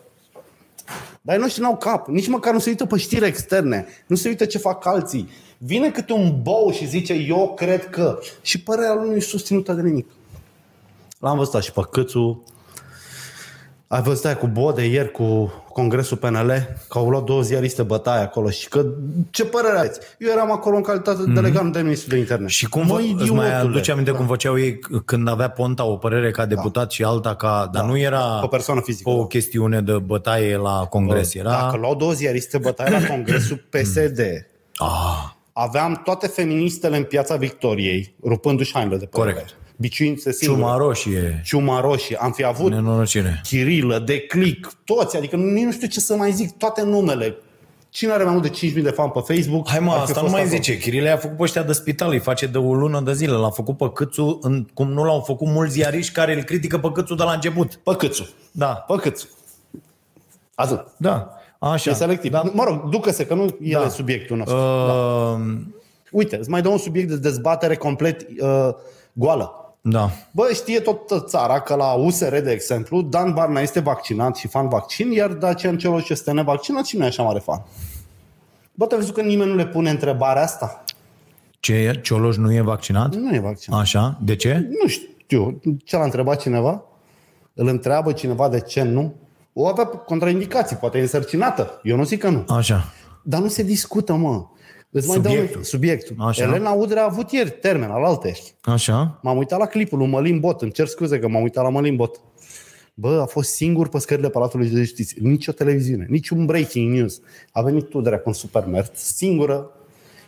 Dar ei noștri n-au cap. Nici măcar nu se uită pe știri externe. Nu se uită ce fac alții. Vine câte un bou și zice eu cred că. Și părerea lui nu e susținută de nimic. L-am văzut și pe Câțu. Ai văzut aia cu Bode ieri cu Congresul PNL, că au luat două ziariste bătaie acolo și că ce părere aveți? Eu eram acolo în calitate de delegat, nu de ministru de interne.
Mhm. Și cum vă, îți mai
idiotule!
aduce aminte da. cum făceau ei c- când avea Ponta o părere ca deputat da. și alta ca... Dar da. nu era
Pe persoană fizică,
o
da.
chestiune de bătaie la congres. Era...
Dacă luau două ziariste bătaie la
[clears throat]
Congresul PSD,
Ah,
aveam toate feministele în piața Victoriei, rupându-și hainele de pe
Corect.
ele, Biciuințe singure.
ciuma roșie,
Ciuma roșie. Am fi avut
nenorocire.
Chirilă, Declic, toți, adică nici nu știu ce să mai zic, toate numele. Cine are mai mult de 5.000 de fani pe Facebook?
Hai mă,
ar fi
asta nu
fost
mai
acolo.
zice. Chirile a făcut pe ăștia de spital, îi face de o lună de zile. L-a făcut pe Câțu, în, cum nu l-au făcut mulți ziariști care îl critică pe Câțu de la început.
Pe câțu.
Da,
Pe câțu. Atât.
da. Așa.
E selectiv. Da. Mă rog, ducă-se, că nu e
Da.
da. subiectul nostru. Uh...
Uh,
Uite, îți mai dau un subiect de dezbatere complet uh, goală.
da.
Bă, știe tot țara că la USR, de exemplu, Dan Barna este vaccinat și fan vaccin, iar Dacian Cioloș este nevaccinat și nu e așa mare fan. Bă, te-ai văzut că nimeni nu le pune întrebarea asta?
Ce e? Cioloș nu e vaccinat?
Nu e vaccinat.
Așa. De ce?
Nu știu. Ce l-a întrebat cineva? Îl întreabă cineva de ce nu? O avea contraindicații, poate e însărcinată. Eu nu zic că nu.
Așa.
Dar nu se discută, mă. Îți mai dau
Subiectul.
un- subiectul.
Așa.
Elena Udrea a avut ieri termen al altei.
Așa.
M-am uitat la clipul lui Mălin Bot. Îmi cer scuze că m-am uitat la Mălin Bot. Bă, a fost singur pe scările Palatului de Justiție. Nici o televiziune, nici un breaking news. A venit Udrea cu un supermerc, singură.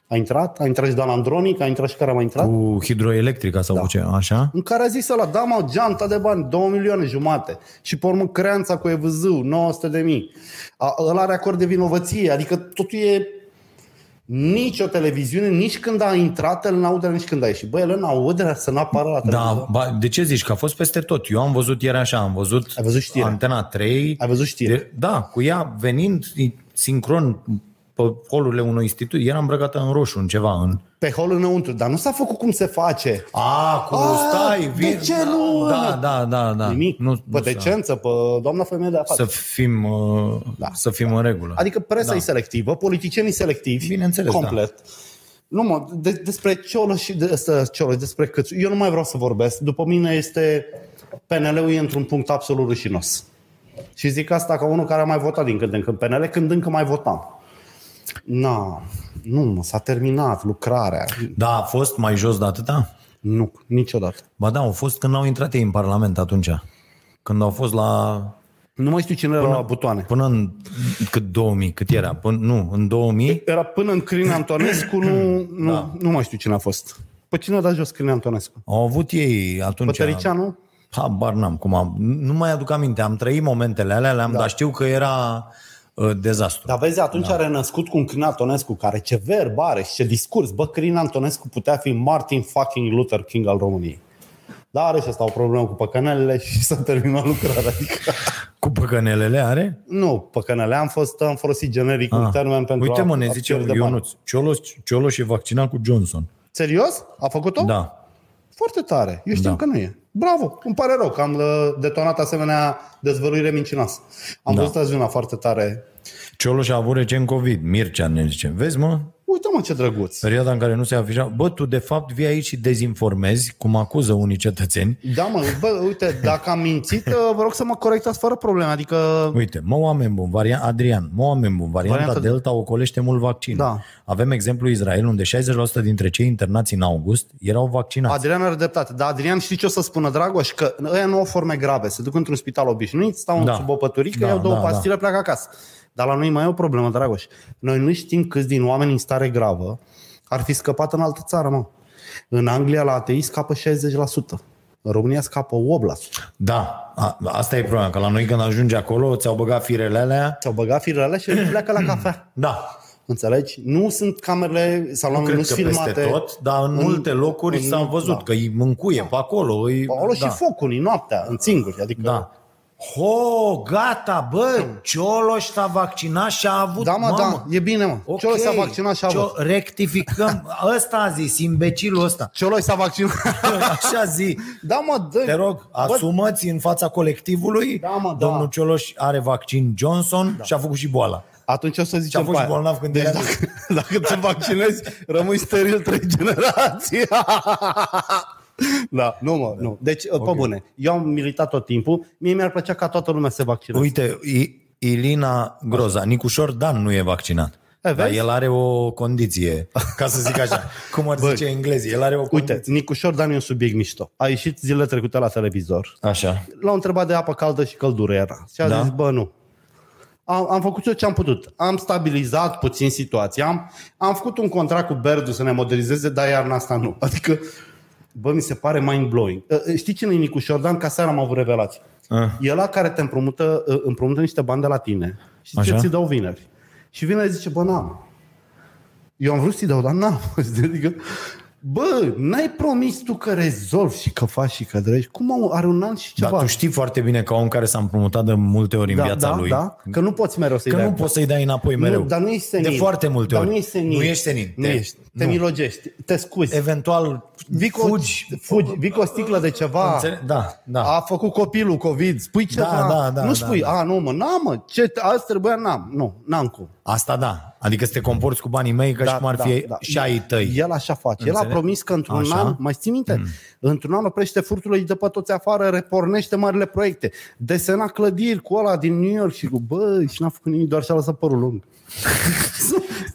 A intrat, a intrat și Dan Andronic, a intrat și care a mai intrat.
Cu hidroelectrica sau da. cu ce? Așa.
În care a zis ăla, da mă, geanta de bani, 2 milioane jumate. Și pe urmă creanța cu evz 900 de mii. A- Ăla are acord de vinovăție, adică totul e nici o televiziune, nici când a intrat Elena Udrea, nici când a ieșit. Bă, Elena Udrea să n-apară la televizor.
Da, ba, de ce zici? Că a fost peste tot. Eu am văzut ieri așa, am văzut,
Ai văzut știrea?
Antena 3.
Ai văzut știrea?
De, da, cu ea venind sincron pe holurile unui institut, era îmbrăcată în roșu, în ceva. În...
Pe hol înăuntru, dar nu s-a făcut cum se face.
A, cu
A,
stai,
de
vin-
ce nu?
Da, da, da, da.
Nimic.
Nu,
pe
nu să,
decență, pe doamna femeie de afară.
să fim, uh,
Da.
să fim în regulă.
Adică presa
Da.
da. e selectivă, politicienii selectivi.
Bineînțeles,
Complet. Da. Nu mă, de, despre Cioloș și de, ăsta, Cioloș, despre Cățu, eu nu mai vreau să vorbesc. După mine este, PNL-ul e într-un punct absolut rușinos. Și zic asta ca unul care a mai votat din când în când PNL, când încă mai votam. Na, nu mă, s-a terminat lucrarea.
Da, a fost mai jos de atâta?
Nu, niciodată.
Ba da, au fost când au intrat ei în Parlament atunci. Când au fost la
Nu mai știu cine era la butoane.
Până în cât 2000, cât era? Până, nu, în 2000?
Era până în Crin Antonescu, nu,
[clears throat]
nu, da. nu mai știu cine a fost. Pe cine a dat jos Crin Antonescu?
Au avut ei atunci...
Pătăricianu?
Habar n-am cum am... Nu mai aduc aminte, am trăit momentele alea, le-am, da. dar știu că era uh, dezastru.
Dar vezi, atunci da. a renăscut cu un Crin Antonescu, care ce verb are și ce discurs. Bă, Crin Antonescu putea fi Martin fucking Luther King al României. Dar are și asta o problemă cu păcănelele [laughs] și s-a terminat lucrarea. Adică,
Cu păcănelele are?
nu, păcănele am fost, am folosit generic un
Ah.
termen pentru
Uite mă,
a-
ne
a
zice
pierde bani.
Ionuț, Cioloș, Cioloș e vaccinat cu Johnson.
Serios? A făcut-o?
Da.
Foarte tare. Eu știu
Da.
da. că nu e. Bravo, îmi pare rău că am uh, detonat asemenea dezvăluire mincinoasă. Am
Da.
da. văzut azi una foarte tare.
Cioloș a avut recent COVID. Mircea ne zice, vezi mă,
Uite mă ce drăguț.
perioada în care nu se afișa. Bă, tu de fapt vii aici și dezinformezi, cum acuză unii cetățeni,
Da, mă, bă, uite, dacă am mințit, uh, vă rog să mă corectați fără probleme. Adică,
Uite, mă oameni buni, varia- Adrian, mă oameni buni, varianta
Varianta-
Delta ocolește mult vaccin.
Da.
Avem exemplu Israel, unde 60% dintre cei internați în august erau vaccinați.
Adrian are dreptate. Dar Adrian, știi ce o să spună, Dragoș? Că ăia nu au forme grave. Se duc într-un spital obișnuit, stau
Da.
da. sub o păturică,
Da,
da, iau două
da,
da, pastile, da. pleacă acasă. Dar la noi mai e o problemă, Dragoș. Noi nu știm câți din oameni în stare gravă ar fi scăpat în altă țară, mă. În Anglia, la ATI, scapă 60%. În România scapă 8%.
Da, a, asta e problema, că la noi când ajungi acolo, ți-au băgat firele alea.
Ți-au băgat firele și pleacă la cafea.
Da,
Înțelegi? Nu sunt camerele sau la
nu cred
nu
că
sunt filmate.
peste tot, dar în, multe locuri
în-
s-a văzut
da.
că îi mâncuie pe acolo. Îi,
Acolo
da,
și focul, e noaptea, în singuri. Adică
Da. Ho, gata, bă, Cioloș s-a vaccinat și a avut
Da, mă,
mamă.
da, e bine, mă.
Ok.
Okay. Cioloș s-a vaccinat și a avut.
Cio- Rectificăm. Ăsta a zis, imbecilul ăsta.
Cioloș s-a vaccinat. [laughs]
[laughs] Așa zi.
da, mă, dă
Te rog, asumați în fața colectivului.
Da, mă, da.
Domnul Cioloș are vaccin Johnson da. și a făcut și boala.
Atunci o să
Și a
zicem
fost
pe
și
aia.
bolnav când
deci
era
dacă, [laughs] dacă te vaccinezi, rămâi steril trei [laughs] generații. da, nu mă, nu. Deci, okay. pe bune, eu am militat tot timpul. Mie mi-ar plăcea ca toată lumea să se vaccineze.
Uite, I- Ilina Groza, Nicușor Dan nu e vaccinat.
E,
Dar
vezi?
el are o condiție, ca să zic
[laughs]
așa. Cum ar zice englezii, el are o condiție.
Uite, Nicușor Dan e un subiect mișto. A ieșit zilele trecute la televizor.
Așa.
L-au întrebat de apă caldă și căldură era. Și a
Da.
da? zis, bă, nu. Am, am făcut eu ce am putut. Am stabilizat puțin situația. Am, am făcut un contract cu Berdu să ne modernizeze, dar iarna asta nu. [laughs] Adică, bă, mi se pare mind-blowing. Ă, Știi cine e Nicu Șordan? Ca seara am avut revelații.
Ah.
ă, E la care te împrumută, î- împrumută niște bani de la tine și
Așa.
ce ți dau vineri. Și vine și zice, bă, n-am. Eu am vrut să-i dau, dar n-am. [laughs] adică, bă, n-ai promis tu că rezolvi și că faci și că dragi. Cum au, are un an și
Dar
ceva.
tu știi foarte bine ca om care s-a împrumutat de multe ori în
da,
viața
da,
lui.
da, că nu poți mereu să-i
Că
dai
nu
acolo.
poți să-i dai înapoi mereu.
Nu, dar nu ești senin.
De foarte multe
dar
ori.
Nu ești senin.
Nu ești senin.
Nu
Te-
ești. Te milogești. Te scuzi.
Eventual
Vic o,
fugi.
fugi. Vic o sticlă de ceva.
Înțele- Da, da.
A făcut copilul COVID. Spui ceva.
da, da,
nu
da,
spui,
da.
a, nu mă, n-am mă. Ce, azi trebuia, n-am. Nu, n-am cum.
Asta da. Adică să te comporți cu banii mei ca și cum ar fi și ai tăi.
Da, El așa face. El a
Înțeleg?
promis că într-un
Așa. Mm.
an, mai ții minte, într-un an oprește furturile, îi dă pe toți afară, repornește marile proiecte. Desena clădiri cu ăla din New York și cu bă, și n-a făcut nimic, doar și-a lăsat părul lung. [laughs]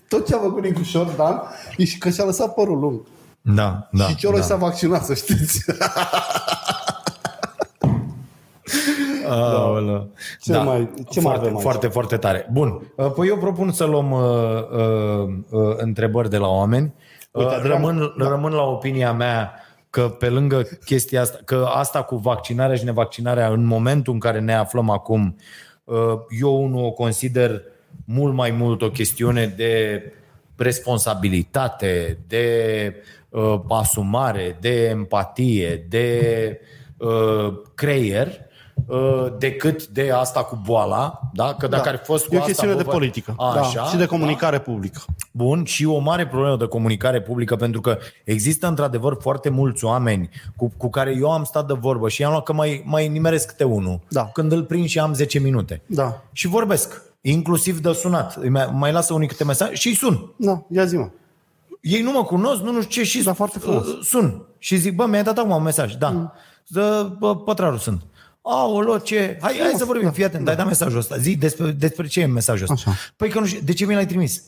Tot ce a făcut Nicușor, Dan, e și că și-a lăsat părul lung.
Da, da.
și Cioloș
da.
s-a vaccinat, să știți.
Aoleu.
Da.
Da.
Ce mai- ce mai
foarte,
avem aici?
foarte, foarte tare. Bun. Uh, Păi eu propun să luăm uh, uh, uh, întrebări de la oameni. Uh,
Uite, Adrian,
rămân, rămân la opinia mea că pe lângă chestia asta, că asta cu vaccinarea și nevaccinarea în momentul în care ne aflăm acum, uh, eu nu o consider mult mai mult o chestiune de responsabilitate, de uh, asumare, de empatie, de uh, creier, uh, decât de asta cu boala, da? Că dacă ar fi fost cu
e o
asta,
chestiune
bă,
de
va-
politică
Așa,
da, și de
da?
comunicare publică.
Bun, și o mare problemă de comunicare publică, pentru că există într-adevăr foarte mulți oameni cu, cu care eu am stat de vorbă și am luat că mai, mai nimeresc câte unul
Da.
când îl prind și am 10 minute.
Da.
Și vorbesc, inclusiv de sunat. Îi Mai, mai lasă unii câte mesaje și îi sun.
Da, ia zi mă.
Ei nu mă cunosc, nu, nu știu ce și
Dar foarte frumos.
uh, sun. Și zic, bă, mi-ai dat acum un mesaj. Da. Mm. Ză, bă, pătrarul sunt. Aolo, ce... Hai, hai să vorbim, fii atent, da. dai da mesajul ăsta. Zi despre, despre ce e mesajul ăsta.
Așa.
Păi că nu știu, de ce mi l-ai trimis?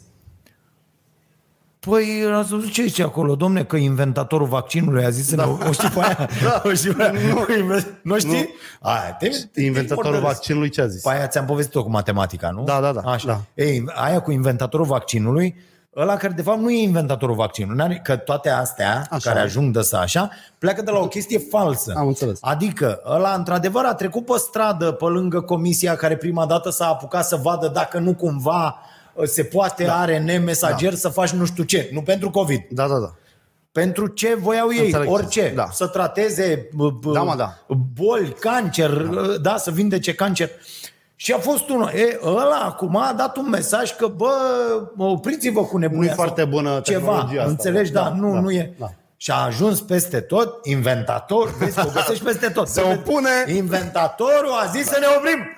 Păi, ați văzut ce zice acolo, domne, că inventatorul vaccinului a zis să da. ne... O știi pe
[laughs]
aia? Da. [laughs] O știi pe aia? Nu, nu știi? Nu. Aia, te, te
Inventatorul
murdăresc.
vaccinului ce a zis?
Pe Păi aia ți-am povestit-o cu matematica, nu?
Da, da, da,
Așa.
da.
Ei, aia cu inventatorul vaccinului, ăla care de fapt nu e inventatorul vaccinului, n-are- că toate astea
Așa.
așa. care ajung de să așa, pleacă de la o chestie falsă.
Am înțeles.
Adică ăla într-adevăr a trecut pe stradă, pe lângă comisia care prima dată s-a apucat să vadă dacă nu cumva uh, se poate da. ARN mesager da. să faci nu știu ce, nu pentru COVID.
Da, da, da.
Pentru ce voiau ei,
Înțeleg
Înțeleg,
ce
orice,
zici, da.
da. să trateze b- b-
Da, mă, da.
boli, cancer, da. da, să vindece cancer. Și a fost unul, e, ăla acum a dat un mesaj că, bă, opriți-vă cu nebunia.
Nu e
sau
foarte bună
Ceva,
tehnologia asta,
înțelegi?
da,
Da, da, nu,
da,
nu e.
da.
Da. Și a ajuns peste tot, inventator, vezi că o găsești peste tot. Se
opune.
Inventatorul a zis să ne oprim.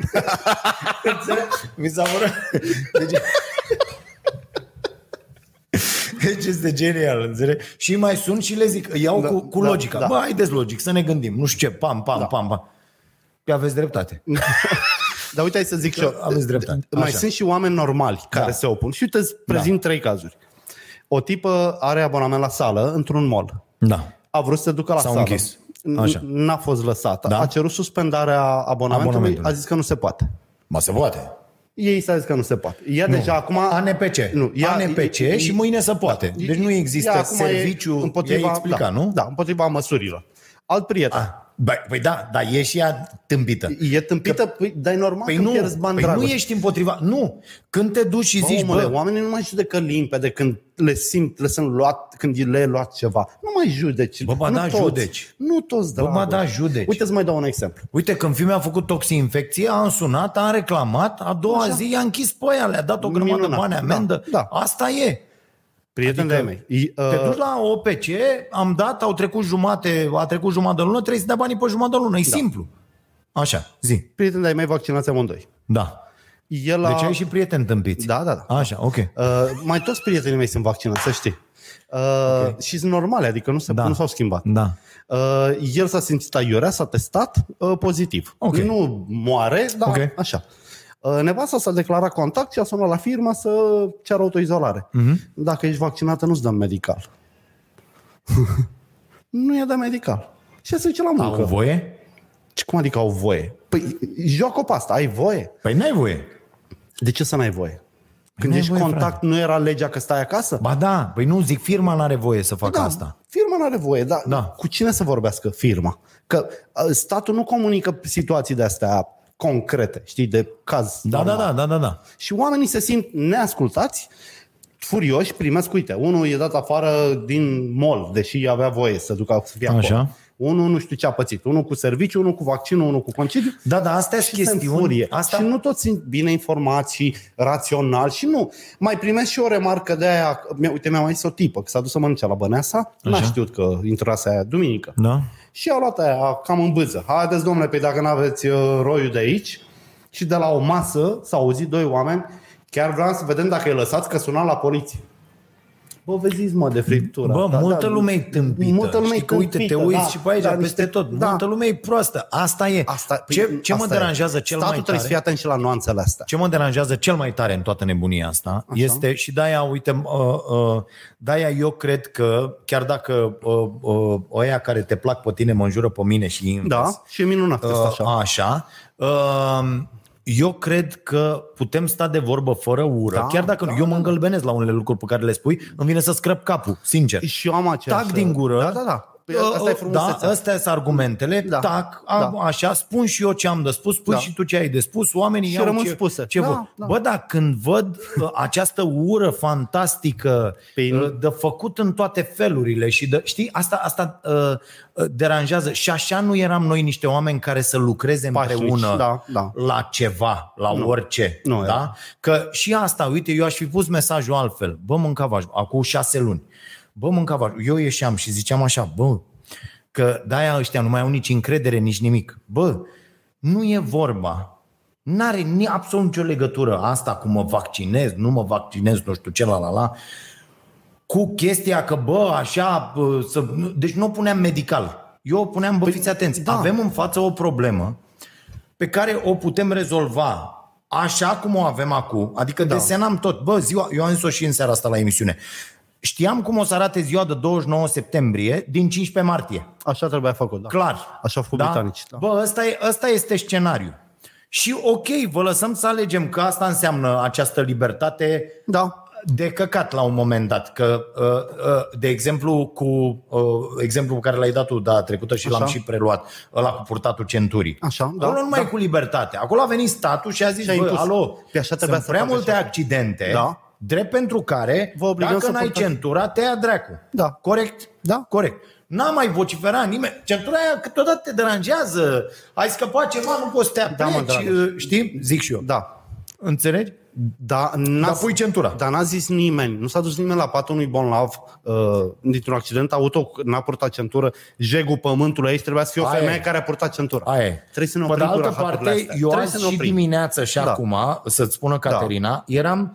Înțelegi? Mi s-a părut. Deci, deci este genial, înțelegi? Și mai sun și le zic, iau
Da,
da, cu, cu
da,
da, logica.
da.
Da. Bă, haideți logic, să ne gândim. Nu știu ce, pam, pam, da. pam, pam. Că aveți dreptate.
Dar uite, hai să zic și eu.
Da,
Da,
aveți dreptate.
Mai
Așa.
sunt și oameni normali care
Da.
se opun. Și uite, îți prezint trei cazuri. O tipă are abonament la sală într-un mall.
Da.
A vrut să se ducă la
S-au
sală.
închis.
N-
Așa.
N-a fost lăsată.
Da?
A cerut suspendarea abonamentului.
Abonamentului.
A zis că nu se poate.
Mă, se poate.
Ei s-a zis că nu se poate. Ea nu. deja acum...
ANPC.
Nu,
Nu,
ea-
ANPC
e- e-
și mâine se poate.
Da.
Deci nu
Ea
există
acum e
serviciu, împotriva, explica,
da,
nu?
Da, împotriva măsurilor. Alt prieten.
Ah, bă, Păi da, dar e și ea tâmpită.
E tâmpită, păi, dar e normal
Păi
că
nu,
pierzi bani
păi nu
dragoste.
ești împotriva. Nu. Când te duci și zici,
Zici, Omule,
bă,
oamenii nu mai judecă limpede când le simt, le sunt luat, când le e luat ceva. Nu mai judeci.
Bă, ba,
nu
da,
toți,
judeci.
Nu toți,
ba,
dragul.
da, judeci.
Uite, îți mai dau un exemplu.
Uite, când fiul meu a făcut toxinfecție, am sunat, am reclamat, a doua Așa. zi i-a închis pe aia, le-a dat o grămadă de
Minunat.
bani
Da,
amendă.
da.
Asta e.
Prietenii
Adică
mei. I-
Te
uh,
duci la OPC, am dat, au trecut jumate, a trecut jumătate de lună, trebuie să dea banii pe jumătate de lună. E da. simplu. Așa, zi.
Prietenii mei vaccinați amândoi.
Da.
El
La...
a...
Deci ai și Ah. prieteni tâmpiți.
Da, da, da.
Așa, ok.
Uh, mai toți prietenii mei sunt vaccinați, să știi. Uh, okay. Și sunt normale, adică nu, se, da.
Da.
nu s-au schimbat.
Da.
Uh, el s-a simțit aiurea, s-a testat uh, pozitiv.
Ok.
Nu moare, dar
Ok.
așa. Uh, nevasta s-a declarat contact și a sunat la firma să ceară autoizolare.
Mhm.
Dacă ești vaccinată, nu-ți dăm medical. [laughs] nu i-a dat medical. Și se duce la muncă.
Au voie?
Și cum adică au voie? Păi joacă pe asta, ai voie?
Păi n-ai voie.
De ce să n-ai voie? Când
N-ai
ești
voie,
contact,
frate.
nu era legea că stai acasă?
Ba da, păi nu, zic firma n-are voie să facă
Da,
asta.
firma nu are voie, dar da.
Da.
uh, cu cine să vorbească firma? Că ă, statul nu comunică situații de astea concrete, știi, de caz.
Da, da,
normal.
da, da, da, da.
Și oamenii se simt neascultați, furioși, primesc, uite, unul e dat afară din mall, deși avea voie să ducă să fie acolo.
Așa.
Unul nu știu ce a pățit, unul cu serviciu, unul cu vaccinul, unul cu concediu.
Da, da, astea sunt
Și se
chestiuni.
înfurie.
Asta...
Și nu toți sunt bine informați și rațional și nu. Mai primesc și o remarcă de aia, mi- uite, mi-a mai zis o tipă, că s-a dus să mănânce la Băneasa, n-a
Așa.
știut că intrase aia duminică.
Da?
Și au luat aia cam în bâză. Haideți, domnule, pe dacă n-aveți uh, roiul de aici. Și de la o masă s-au auzit doi oameni. Chiar vreau să vedem dacă îi lăsați că suna la poliție. Bă, vezi, mă, de friptură.
Bă, da, multă da, lume e tâmpită.
Multă lume
Știi că, uite, te
tâmpită,
uiți
da,
și pe aici,
da,
peste
niște-
tot.
Da,
Multă lume e proastă. Asta e.
asta, păi,
ce ce mă
asta e.
deranjează cel
Statul
mai
trebuie să
tare?
fie atent și la nuanțele astea.
Ce mă deranjează cel mai tare în toată nebunia asta Așa. este și de-aia, uite, uh, uh, de-aia eu cred că chiar dacă uh, uh, oia care te plac pe tine mă înjură pe mine și invers,
Da, și e minunat
Uh,
că este așa.
așa. așa. Uh, Eu cred că putem sta de vorbă fără ură, da,
Da,
chiar dacă da,
da,
eu mă îngălbenesc la unele lucruri pe care le spui, îmi vine să scrăp capul, sincer.
Și eu am aceeași...
Tac din gură.
Da, da, da. Păi
Uh,
Asta e
uh, da,
frumusețea.
astea sunt argumentele, da,
Da,
tac, a, da.
da.
așa, spun și eu ce am de spus, spui da.
Da.
și tu ce ai de spus, oamenii
Și
iau
rămân
ce,
spuse.
ce
Da,
vor.
da.
Bă, dar când văd uh, această ură fantastică
Păi nu.
uh, de făcut în toate felurile și de, știi, asta, asta uh, uh, deranjează și așa nu eram noi niște oameni care să lucreze
Pașnici,
împreună
da, da.
la ceva, la nu. orice.
Nu
da?
era.
Că și asta, uite, eu aș fi pus mesajul altfel. Bă, mâncava, acum șase luni. Bă, mâncava, eu ieșeam și ziceam așa, bă, că de-aia ăștia nu mai au nici încredere, nici nimic. Bă, nu e vorba. N-are ni absolut nicio legătură asta cu mă vaccinez, nu mă vaccinez, nu știu ce, la la la, cu chestia că, bă, așa, bă, să... deci nu o puneam medical. Eu o puneam, bă, fiți atenți, da.
da.
avem în față o problemă pe care o putem rezolva așa cum o avem acum, adică da. desenam tot, bă, ziua, eu am zis-o și în seara asta la emisiune, știam cum o să arate ziua de 29 septembrie din 15 martie.
Așa trebuia făcut, da.
Clar.
Așa au făcut britanici, da.
Bă, ăsta, e, ăsta este scenariu. Și ok, vă lăsăm să alegem că asta înseamnă această libertate
Da.
de căcat la un moment dat. Că, uh, uh, de exemplu, cu uh, exemplul pe care l-ai dat tu da trecută și
Așa.
l-am și preluat, ăla cu purtatul centurii.
Așa, da,
Acolo nu mai
da.
e cu libertate. Acolo a venit statul și a zis,
Și a
bă,
impus.
alo,
Pe așa
sunt
trebuia să
prea
faci
multe
așa.
accidente,
Da.
drept pentru care,
Vă obligăm
dacă
să
n-ai
purtați-
centura, te ia dracu.
Da.
Corect?
Da.
Corect. N-a mai vociferat nimeni. Centura aia câteodată te deranjează. Ai scăpat ceva, nu poți să te
Da, mă,
apleci.
Dragoș.
știi? Zic și eu.
Da.
Înțelegi?
Da, n-a,
Dar pui centura.
Dar n-a zis nimeni, nu s-a dus nimeni la patul unui bonlav uh, dintr-un accident auto, n-a purtat centură, jegul pământului aici, trebuia să fie o
Aia e.
femeie care a purtat centura.
Aia e.
Trebuie să ne
Pe de
oprim cu
altă
rahaturile
parte,
astea.
eu
Trebuie
azi
să ne
și
oprim.
dimineață și
Da.
acum, să-ți spună Caterina, eram...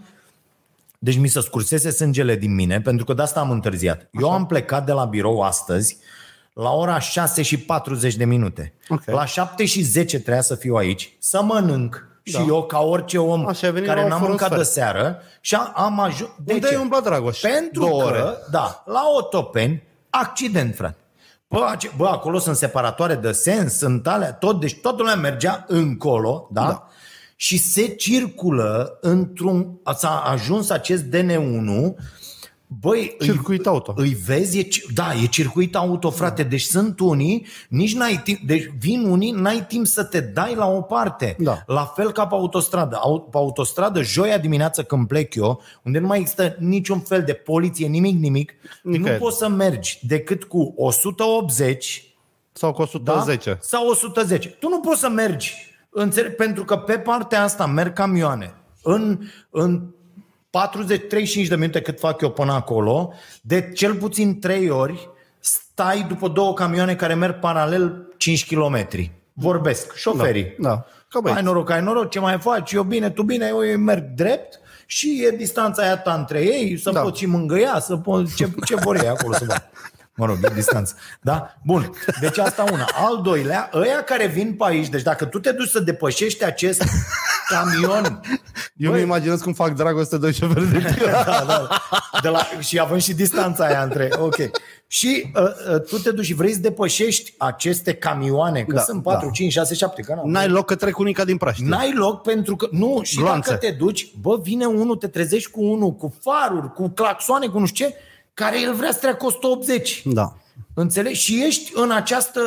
Deci mi se scursese sângele din mine, pentru că de asta am întârziat. Așa. Eu am plecat de la birou astăzi la ora 6 și 40 de minute.
Ok.
La 7 și 10 trebuia să fiu aici, să mănânc. Și
Da.
eu, ca orice om
Așa, ai venit la
care
o
n-am
fără un
mâncat de
sfert.
seară, și am- am ajuns... De
Unde
ce?
ai umblat, Dragoș?
Pentru
Două
că,
ore.
da, la Otopeni, accident, frate. Bă, ace- bă, acolo sunt separatoare de sens, sunt alea, tot, deci toată lumea mergea încolo, da? da.
Da.
Și se circulă într-un... S-a ajuns acest DN1, băi... îi-
Circuit auto.
Îi vezi, e, ci- da, e circuit auto, frate, deci sunt unii, nici n-ai timp, deci vin unii, n-ai timp să te dai la o parte.
Da.
La fel ca pe autostradă. Au- Pe autostradă, joia dimineață când plec eu, unde nu mai există niciun fel de poliție, nimic, nimic,
Nicăieri.
nu poți să mergi decât cu 180
Sau cu 110.
Da? sau 110. Tu nu poți să mergi, înțeleg, pentru că pe partea asta merg camioane. În, în 40-35 de minute cât fac eu până acolo, de cel puțin 3 ori stai după două camioane care merg paralel 5 km. Vorbesc, șoferii.
Da, da. Ca băieți.
Ai noroc, ai noroc, ce mai faci? Eu bine, tu bine, eu merg drept și e distanța aia ta între ei, să da.
Da.
poți și mângâia, să poți, ce, ce vor ei acolo să fac. Mă rog, e distanță. Da? Bun. Deci asta una. Al doilea, ăia care vin pe aici, deci dacă tu te duci să depășești acest camion
Eu
Băi.
mi imaginez cum fac dragoste doi
[laughs]
șoferi de tir.
da, da. De la, și avem și distanța aia între. Ok. Și uh, uh, tu te duci și vrei să depășești aceste camioane, că da,
Da,
sunt 4, da.
da.
5, 6, 7, că n-am.
N-ai loc că trec unica din praștie.
N-ai loc pentru că... Nu, și
Gloanțe.
dacă te duci, bă, vine unul, te trezești cu unul, cu faruri, cu claxoane, cu nu știu ce, care el vrea să treacă 180.
Da.
Înțelegi? Și ești în această...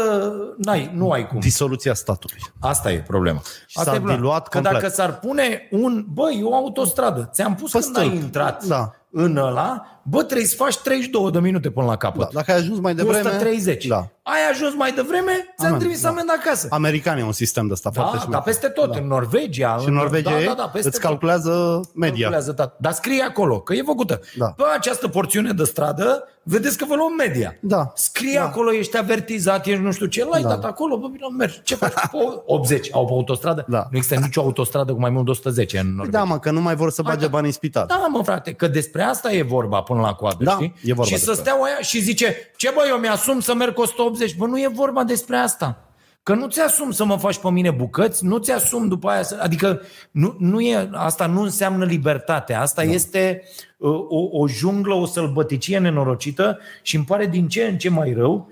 N-ai, nu ai cum.
Disoluția statului.
Asta e problema. Asta
s-a
e problema.
diluat
că
complet.
dacă s-ar pune un... Bă, e o autostradă. Ți-am pus
Pe
când ai
stâlp.
intrat
Da.
în ăla. Bă, trebuie să faci 32 de minute până la
Da,
capăt.
dacă ai ajuns mai
Cu
devreme...
130.
Da.
Ai ajuns mai devreme, ți-am
Amen,
trimis
da.
amenda acasă.
American e un sistem de ăsta foarte
Da,
șmecher.
dar peste tot,
Da.
da. în Norvegia.
Și în Norvegia
da,
e,
da, da, peste
îți
tot.
calculează media.
Calculează, da. Dar scrie acolo că e făcută.
Da.
Pe această porțiune de stradă, vedeți că vă luăm media.
Da.
Scrie da. acolo, ești avertizat, ești nu știu ce, l-ai
Da.
da. dat acolo, bă, bine, mergi. Ce
[laughs]
faci? Po- 80 au pe autostradă?
Da.
Nu există nicio autostradă cu mai mult de 110 în Norvegia.
Da, mă, că nu mai vor să bage
Hai, da.
bani în spital.
Da, mă, frate, că despre asta e vorba până la coadă,
Exact. Da,
știi?
e vorba
și
despre
să stea aia și zice, ce bă, eu mi-asum să merg cu 180. Bă, nu e vorba despre asta. Că nu ți-asum să mă faci pe mine bucăți, nu ți-asum după aia să... Adică nu, nu e, asta nu înseamnă libertate, asta este uh, o, o junglă, o sălbăticie nenorocită și îmi pare din ce în ce mai rău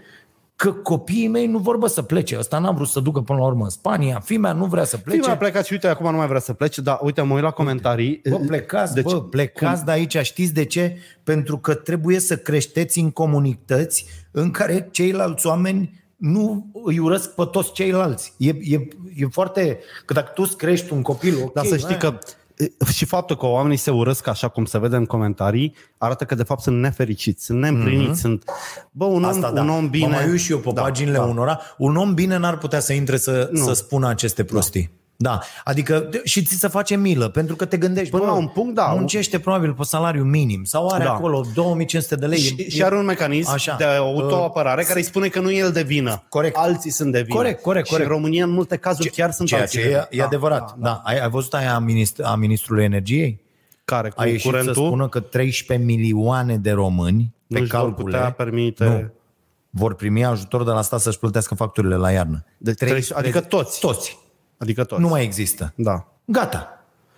că copiii mei nu vor bă să plece. Ăsta n-a vrut să ducă până la urmă în Spania, fimea nu vrea să plece.
Fii mai plecat și uite, acum nu mai vrea să plece, dar uite, mă uit la comentarii.
Bă, plecați,
Deci,
deci, bă, plecați de aici. Știți de ce? Pentru că trebuie să creșteți în comunități în care ceilalți oameni nu îi urăsc pe toți ceilalți. E, e, e foarte... Că dacă tu îți crești un copil, ok,
Dar să știi
hai.
că e, și faptul că oamenii se urăsc așa cum se vede în comentarii arată că de fapt sunt nefericiți, sunt neîmpliniți, mm-hmm. sunt... Bă, un om,
Mhm. Asta,
un
da.
om bine...
Mă mai uit și eu pe da, paginile da. unora. Un om bine n-ar putea să intre să, să spună aceste prostii. Da. Adică de- și ți se face milă, pentru că te gândești,
Până
bă,
la un punct, da.
muncește probabil pe salariu minim sau are
Da.
da. acolo 2500 de lei. E-
Și, și are un mecanism așa.
Așa.
de autoapărare care îi spune că nu e el de vină.
Corect.
Alții sunt de vină.
Corect, corect,
Și în
corect.
România, în multe cazuri, ce, chiar sunt
Ceea
alții
ce
de
e, e
vină.
adevărat. Da, da. Ai, ai văzut aia a, minist- a ministrului energiei?
Care cu
A ieșit
curentul
să spună că 13 milioane de români, pe
nu-și vor
calcule,
putea permite...
nu, vor primi ajutor de la stat să-și plătească facturile la iarnă.
Deci
Trei-
trei- adică toți.
Toți.
Adică toți.
Nu mai există.
Da.
Gata.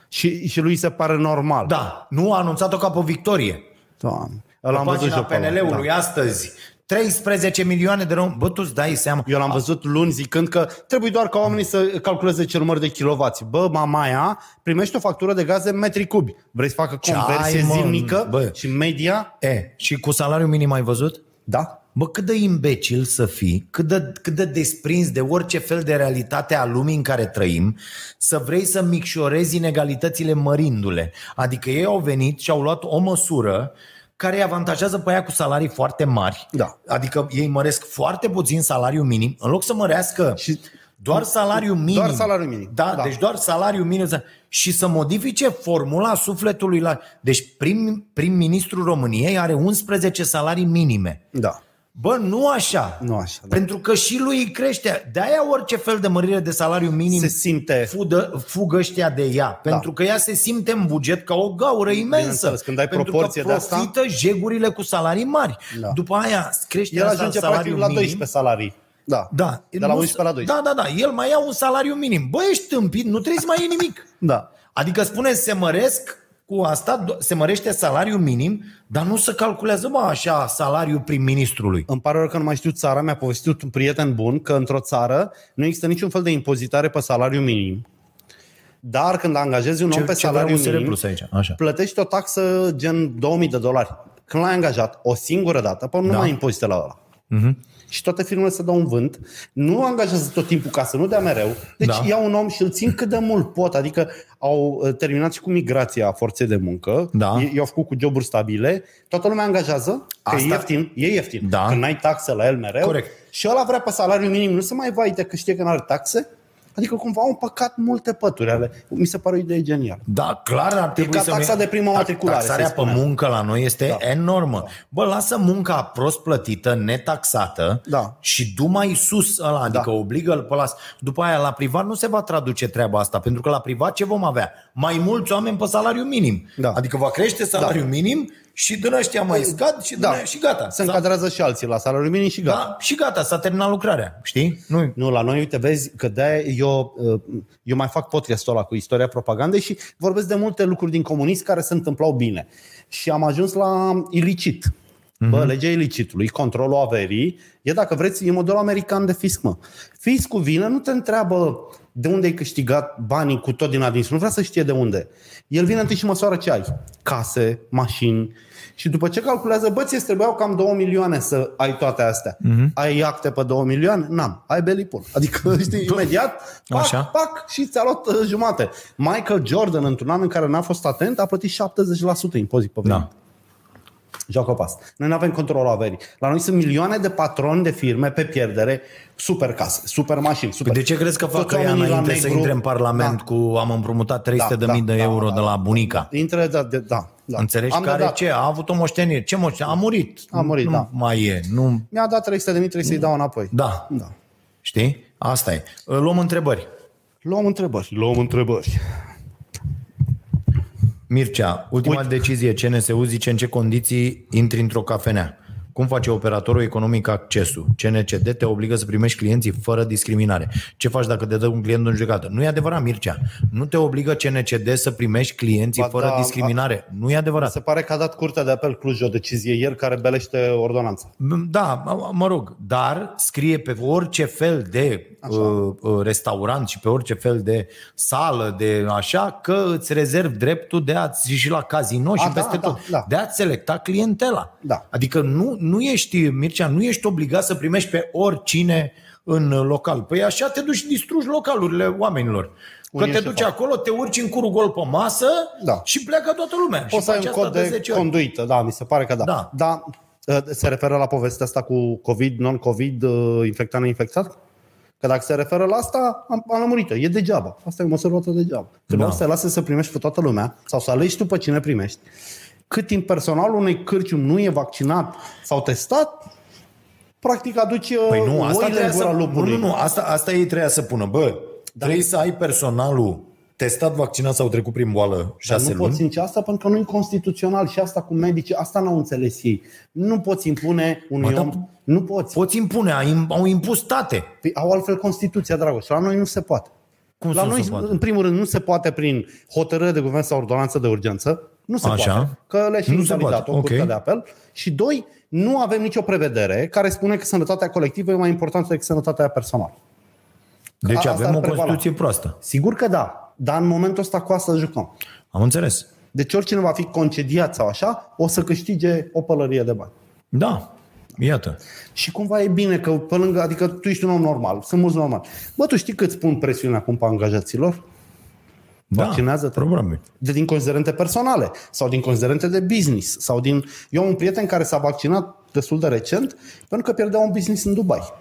Și, și lui se pare normal.
Da. Nu a anunțat-o ca pe victorie.
Doamne.
Pe
L-am văzut
pagina
și eu pe ăla,
PNL-ului
da.
astăzi. 13 milioane de români. Bă, tu îți dai seama.
Eu l-am văzut luni zicând că trebuie doar ca oamenii să calculeze ce număr de kilovați. Bă, mamaia, primești o factură de gaze în metri cubi. Vrei să facă
Ce
conversie
ai, mă,
zilnică
bă.
și media?
E, și cu salariul minim ai văzut?
Da.
Bă, cât de imbecil să fii, cât de, cât de desprins de orice fel de realitate a lumii în care trăim, să vrei să micșorezi inegalitățile mărindu-le. Adică ei au venit și au luat o măsură care îi avantajează pe aia cu salarii foarte mari.
Da.
Adică ei măresc foarte puțin salariul minim, în loc să mărească
Și-
și doar salariul minim.
Doar salariul minim.
Da,
Da.
da. deci doar salariul minim. Și să modifice formula sufletului la... Deci prim, prim-ministrul României are 11 salarii minime.
Da.
Bă, nu așa.
Nu așa, da.
Pentru că și lui îi crește. De-aia orice fel de mărire de salariu minim
Se simte. Da.
fudă, fugă ăștia de ea. Pentru că ea se simte în buget ca o gaură imensă.
Bineînțeles, când ai
pentru
proporție
că
de asta-
profită jegurile cu salarii mari.
Da.
După aia îți crește
El
asta
ajunge practic
salariul
la
minim.
12 salarii. Da.
Da.
De la
Nu-
11 la 12.
Da, da, da. El mai ia un salariu minim. Bă, ești tâmpit, nu trebuie să mai iei nimic.
Da.
Adică spune, se măresc cu asta, do- se mărește salariul minim, dar nu se calculează, bă, așa, salariul prim-ministrului.
Îmi pare rău că nu mai știu țara, mi-a povestit un prieten bun că într-o țară nu există niciun fel de impozitare pe salariu minim. Dar când angajezi un om pe salariu
vrea USR
minim,
Plus aici? Așa.
plătești o taxă gen 2000 de dolari. Când l-ai angajat o singură dată, până nu
Da. Mhm.
mai impozite la ăla. Și toate firmele se dau un vânt, nu angajează tot timpul ca să nu dea mereu. Deci da.
Da.
iau un om și îl țin cât de mult pot. Adică au uh, terminat și cu migrația forței de muncă.
Da.
Ei, au făcut cu joburi stabile. Toată lumea angajează, că
Asta-
e ieftin, e ieftin.
Da.
Când n-ai taxe la el mereu.
Corect.
Și ăla vrea pe salariu minim, nu se mai vaide că știe că n-are taxe. Adică cumva au împăcat multe pături ale. Mi se pare o idee genială.
Da, clar ar trebui
ca
să...
taxa de primă
Ta-
matriculare,
Taxarea
să-i
pe
spunem.
muncă la noi este da. enormă. Bă, lasă munca prost plătită, netaxată
Da.
și du mai sus ăla, adică
Da.
da. obligă-l pe las. După aia la privat nu se va traduce treaba asta, pentru că la privat ce vom avea? Mai mulți oameni pe salariu minim.
Da. Păi,
Adică va crește salariul da. minim și din ăștia mai scad și, da. și gata.
Se
S-a-
încadrează și alții la salariul minim și gata.
da, și gata, s-a terminat lucrarea, știi? Nu,
Nu, la noi, uite, vezi că de eu, uh, eu mai fac podcastul ăla cu istoria propagandei și vorbesc de multe lucruri din comunism care se întâmplau bine. Și am ajuns la ilicit. Bă, legea ilicitului, controlul averii, e dacă vreți, e modelul american de fisc, mă. Fiscul vine, nu te întreabă de unde ai câștigat banii cu tot din adins, nu vrea să știe de unde. El vine întâi și măsoară ce ai. Case, mașini. Și după ce calculează, bă, ți trebuiau cam 2 milioane să ai toate astea.
Mhm.
Ai acte pe 2 milioane? N-am. Ai belipul.
[laughs]
Adică, știi, imediat, pac,
Așa.
pac, și ți-a luat uh, jumate. Michael Jordan, într-un an în care n-a fost atent, a plătit 70% impozit pe venit.
Da.
Joacă pas. Noi nu avem controlul averii. La noi sunt milioane de patroni de firme pe pierdere, super case, super mașini, super...
Păi de ce crezi că fac
Toți
ea
oamenii la
înainte să
negru-
intre în Parlament
Da.
cu am împrumutat 300.000 de,
Da,
mii de
da,
euro
da,
de la bunica?
Intră, da, de, da, da.
Înțelegi
Am
care
dat-
ce? A avut o moștenire. Ce moștenire? A murit.
A murit,
nu
da.
mai e. Nu...
Mi-a dat 300 de mii, trebuie să-i dau înapoi.
Da.
da.
Știi? Asta e. Luăm întrebări.
Luăm întrebări. Luăm întrebări.
Mircea, ultima Uite. decizie CNSU zice în ce condiții intri într-o cafenea. Cum face operatorul economic accesul? CNCD te obligă să primești clienții fără discriminare. Ce faci dacă te dă un client în judecată? Nu e adevărat, Mircea. Nu te obligă CNCD să primești clienții
Ba
ba, fără
da,
da, discriminare. Nu e adevărat.
Se pare că a dat Curtea de Apel Cluj o decizie ieri care belește ordonanța.
Da, mă- mă rog, dar scrie pe orice fel de uh, uh, restaurant și pe orice fel de sală, de așa, că îți rezerv dreptul de a-ți și la casino și
A, da,
peste
da,
tot,
da.
de a-ți selecta clientela.
Da.
Adică nu, nu ești, Mircea, nu ești obligat să primești pe oricine în uh, local. Păi așa te duci și distrugi localurile oamenilor. Că
Unii
te
așa
duci
fac.
acolo, te urci în curul gol pe masă
Da.
și pleacă toată lumea.
Poți
și
să ai
faci
un
asta
cod de
10 ori.
conduită, da, mi se pare că da.
Da.
Dar uh, se referă la povestea asta cu COVID, non-COVID, uh, infectat, neinfectat? Că dacă se referă la asta, am, am lămurit-o. E degeaba. Asta e o măsură luată degeaba. Trebuie
Da.
să te lase să primești pe toată lumea sau să alegi tu pe cine primești. Cât timp personalul unei cârcium nu e vaccinat sau testat, practic aduci uh,
Păi nu, asta
oile
trebuie
în
să...
gura
Nu,
lupului.
nu, nu, asta, asta ei trebuia să pună. Bă, da. trebuie să ai personalul testat, vaccinat sau trecut prin boală
Dar
șase
nu poți
luni.
zice asta pentru că nu e constituțional și asta cu medici, asta n-au înțeles ei. Nu poți impune unui
Mă,
om,
dar-
nu poți.
Poți impune, a im- au impus state.
Păi au altfel Constituția, Dragoș. La noi nu se poate.
Cum
La
să nu
noi,
se poate?
în primul rând, nu se poate prin hotărâre de guvern sau ordonanță de urgență. Nu se
Așa.
poate. Că le-a și
Nu se
invalidat-o
poate.
okay. curtea
Ok.
de apel. Și doi, nu avem nicio prevedere care spune că sănătatea colectivă e mai importantă decât sănătatea personală.
Deci
asta ar
avem o
prevala.
Constituție proastă.
Sigur că da, dar în momentul ăsta cu asta jucăm.
Am înțeles.
Deci oricine va fi concediat sau așa, o să câștige o pălărie de bani.
Da, iată.
Și cumva e bine că pe lângă, adică tu ești un om normal, sunt mulți normal. Bă, tu știi cât spun presiunea acum pe angajaților?
Da,
Vaccinează-te.
Probabil.
De din considerente personale sau din considerente de business sau din... Eu am un prieten care s-a vaccinat destul de recent pentru că pierdea un business în Dubai.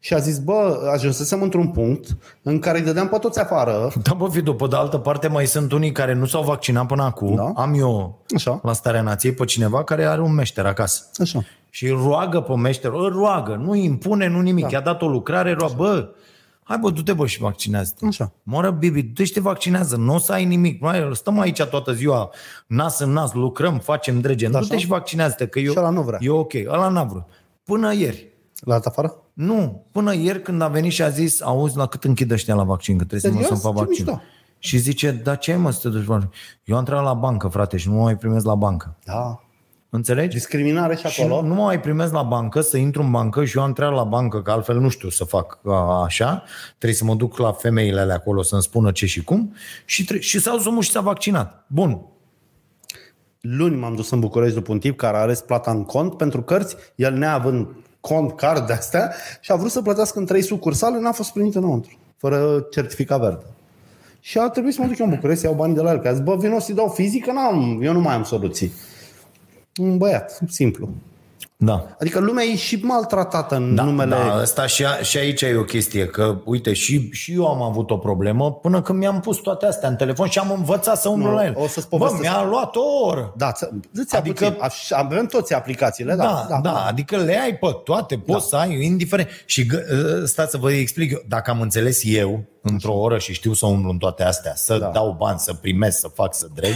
Și a zis, bă, ajunsesem într-un punct în care îi dădeam pe toți afară.
Da, bă, Fidu, pe de altă parte mai sunt unii care nu s-au vaccinat până acum.
Da.
Am eu
Așa.
la starea nației pe cineva care are un meșter acasă.
Așa.
Și îl roagă pe meșter, îl roagă, nu îi impune, nu nimic. Da. I-a dat o lucrare, roagă, bă, hai bă, du-te bă și vaccinează-te.
Așa.
Moră, Bibi, du-te și te vaccinează, nu o să ai nimic. Mai stăm aici toată ziua, nas în nas, lucrăm, facem drege.
Da, Așa.
Du-te și vaccinează-te, că eu,
Și ăla nu vrea.
e ok. Ăla n-a vrut. Până ieri.
La dat afară?
Nu, până ieri când a venit și a zis, auzi, la cât închid ăștia la vaccin, că trebuie să mă
Serios?
să fac
Ce
vaccin.
mișto.
Și zice, dar ce ai mă să te duci vaccin? Eu am intrat la bancă, frate, și nu mă mai primesc la bancă.
Da.
Înțelegi?
Discriminare și
Și nu
acolo.
nu mă mai primesc la bancă, să intru în bancă și eu am treabă la bancă, că altfel nu știu să fac a, așa. Trebuie să mă duc la femeile alea acolo să-mi spună ce și cum. Și, tre- și s-au zumut și s-a vaccinat. Bun.
Luni m-am dus în București după un tip care a ales plata în cont pentru cărți, el neavând cont card de astea și a vrut să plătească în trei sucursale, n-a fost primit înăuntru, fără certificat verde. Și a trebuit să mă duc eu în București să iau banii de la el, că a zis, bă, vino să-i dau fizică, n-am, eu nu mai am soluții. Un băiat, simplu.
Da.
Adică lumea e și maltratată în
Da,
numele...
da, asta și, a, și aici e o chestie, că uite, și, și eu am avut o problemă până când mi-am pus toate astea în telefon și am învățat să umblu
Nu,
la el.
o să-ți
Bă,
povestesc.
mi-a luat o oră.
Da, ți- îți
Adică-
adică... puțin. Avem toți aplicațiile, da.
Da, da, da, adică le ai pe toate, poți da. să ai, indiferent. Și gă- ă, stați să vă explic, eu, dacă am înțeles eu într-o oră și știu să umblu în toate astea, să
Da.
da. dau bani, să primesc, să fac, să dreg,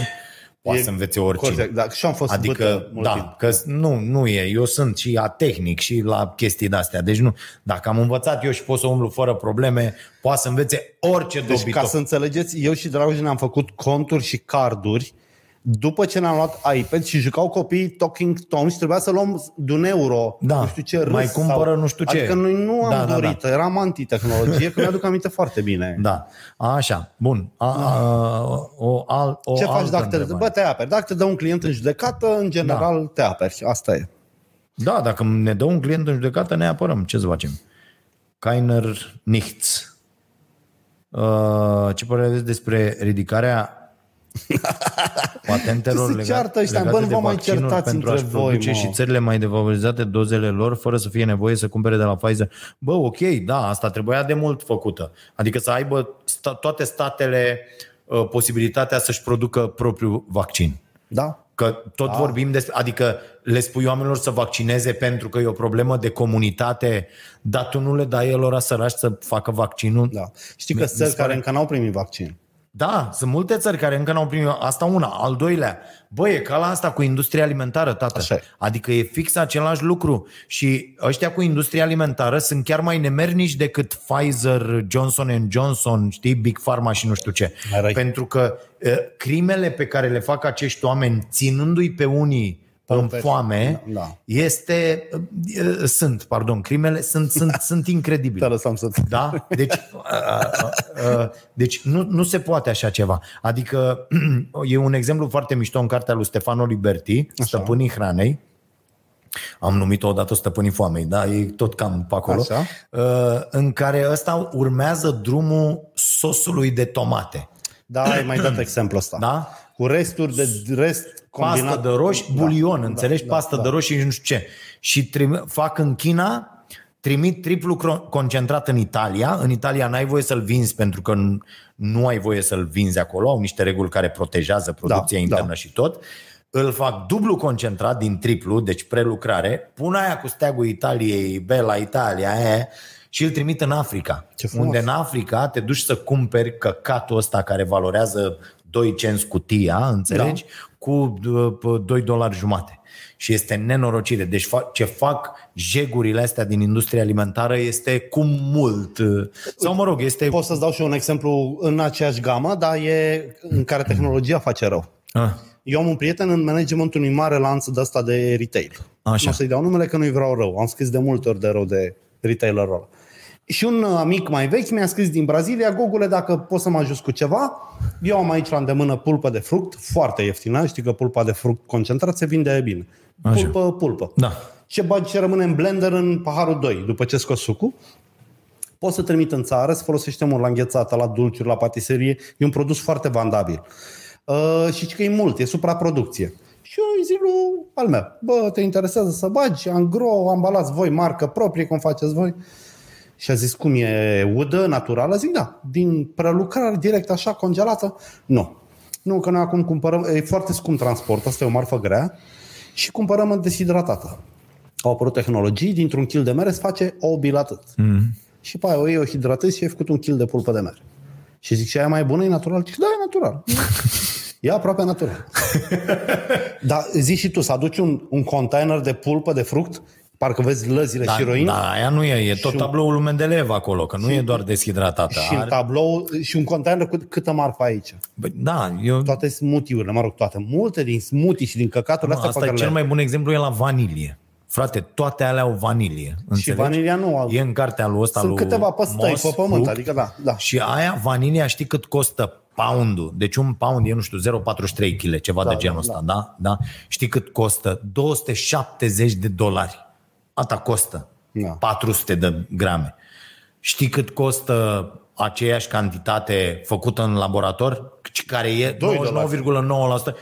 poate
E
să învețe oricine.
Corect, da. Și am fost
Adică,
vâtă mult timp.
da, că s- nu, nu e. Eu sunt și la tehnic și la chestii de-astea. Deci nu, dacă am învățat eu și pot să umblu fără probleme, poate să învețe orice deci
Deci,
dobitoc.
ca să înțelegeți, eu și Dragoș ne-am făcut conturi și carduri După ce ne-am luat iPad și jucau copiii Talking Tom și trebuia să luăm de un euro,
Da.
nu știu ce râs,
Mai cumpără
sau...
nu știu ce.
Adică noi nu am
Da, da,
dorit, da, da. eram anti-tehnologie, că mi-aduc aminte foarte bine.
Da. Așa. Bun. A, a, o, al, o
Ce faci
altă
dacă te,
întrebare.
bă, te aperi? Dacă te dă un client în judecată, în general da. te aperi. Asta e.
Da, dacă ne dă un client în judecată, ne apărăm. Ce să facem? Kainer Nichts. Uh, ce părere aveți despre
[laughs]
ridicarea patentelor
Se
lega-
ceartă ăștia,
legate
bă, nu
de
vă mai
vaccinuri
certați
pentru
între
a-și produce
voi, mă.
și țările mai defavorizate dozele lor fără să fie nevoie să cumpere de la Pfizer. Bă, ok, da, asta trebuia de mult făcută. Adică să aibă sta- toate statele uh, posibilitatea să-și producă propriul vaccin.
Da?
Că tot da. vorbim despre, adică le spui oamenilor să vaccineze pentru că e o problemă de comunitate, dar tu nu le dai elora sărași să facă vaccinul.
Da. Știi că țări care încă n-au primit vaccin.
da, sunt multe țări care încă n-au primit asta una. Al doilea, bă, e ca la asta cu industria alimentară, tată.
Așa e.
Adică e fix același lucru și ăștia cu industria alimentară sunt chiar mai nemernici decât Pfizer, Johnson Johnson, știi, Big Pharma și nu știu ce.
Ai răi.
Pentru că eh, crimele pe care le fac acești oameni, ținându-i pe unii în
pe-
foame,
da, da.
este, eh, sunt, pardon, crimele sunt, sunt,
[laughs]
sunt incredibile.
Te lăsam să...
Da? Deci, a, a, a, deci nu, nu se poate așa ceva. Adică [clears throat] e un exemplu foarte mișto în cartea lui Stefano Liberti, Stăpânii Hranei. Am numit-o odată Stăpânii Foamei, da? E tot cam pe acolo.
Așa.
A, În care ăsta urmează drumul sosului de tomate.
Da, ai mai dat exemplu ăsta.
Da?
Cu resturi de rest combinat.
Pastă de roșii, bulion, da, înțelegi? Da, pastă da, de roșii și nu știu ce. Și trim, fac în China, trimit triplu cro- concentrat în Italia. În Italia n-ai voie să-l vinzi pentru că n- nu ai voie să-l vinzi acolo. Au niște reguli care protejează producția
da.
internă și tot. Îl fac dublu concentrat din triplu, deci prelucrare. Pun aia cu steagul Italiei, Bela Italia, e, și îl trimit în Africa.
Ce frumos.
Unde în Africa te duci să cumperi căcatul ăsta care valorează 2 cenți cutia, înțelegi? Da. Cu d- p- 2 dolari jumate. Și este nenorocire. Deci fa- ce fac jegurile astea din industria alimentară este cu mult. uh, Sau mă rog, este...
Pot să-ți dau și eu un exemplu în aceeași gamă, dar e în care tehnologia face rău.
Ah,
Eu am un prieten în managementul unui mare lanț de asta de retail.
Așa.
Nu o să-i dau numele că nu-i vreau rău. Am scris de multe ori de rău de retailerul ăla. Și un uh, amic mai vechi mi-a scris din Brazilia, Gogule, dacă poți să mă ajut cu ceva, eu am aici la îndemână pulpă de fruct, foarte ieftină, știi că pulpa de fruct concentrat se vinde bine.
Așa.
Pulpă, pulpă.
Da.
Ce bagi ce rămâne în blender în paharul 2, după ce scoți sucul, poți să trimit în țară, să folosește mult la înghețată, la dulciuri, la patiserie. E un produs foarte vandabil. Uh, și zici că e mult, e supraproducție. Și eu îi zic lui al meu, bă, te interesează să bagi, angro, ambalați voi, marcă proprie, cum faceți voi. Și a zis, cum e udă, naturală? Zic, da, din prelucrare direct așa, congelată? Nu. Nu, că noi acum cumpărăm, e foarte scump transport, asta e o marfă grea, și cumpărăm în deshidratată. Au apărut tehnologii, dintr-un kil de mere se face o bilatăt. Mm. Și pe aia o iei, o hidratezi și ai făcut un kil de pulpă de mere. Și zic, și aia e mai bună, e natural? Zic, da, e natural. E aproape natural. Dar zici și tu, să aduci un, un container de pulpă de fruct, parcă vezi lăzile
Da,
și roini,
da, aia nu e. E tot
Și-
tabloul lui Mendeleev acolo, că nu e doar deshidratată.
și un
Are,
tablou și un container cu câtă marfă aici.
Bă, da, eu,
Toate smoothie-urile, mă rog, toate. Multe din smoothie și din căcaturile astea
asta
pe
e
care
cel
le...
mai bun exemplu, e la vanilie. Frate, toate alea au vanilie. înțelegi?
vanilia nu au-
E în cartea lui ăsta
Sunt
lui
câteva păstăi
Moss,
pe pământ,
Cook.
adică da, da.
Și aia, vanilia, știi cât costă poundul? Deci un pound e, nu știu, 0,43 kg, ceva da, de genul ăsta, da. da? da? Știi cât costă? 270 de dolari. Asta costă.
Da.
400 de grame. Știi cât costă aceeași cantitate făcută în laborator, care e 99,9%,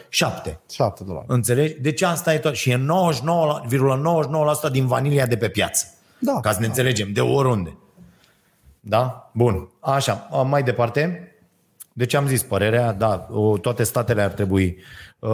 7.
7 dolari.
Înțelegi? Deci asta e tot. Și e 99,99% din vanilia de pe piață.
Da.
Ca să ne înțelegem, de oriunde. Da? Bun. Așa, a, mai departe. Deci am zis părerea, da, o- toate statele ar trebui. Uh,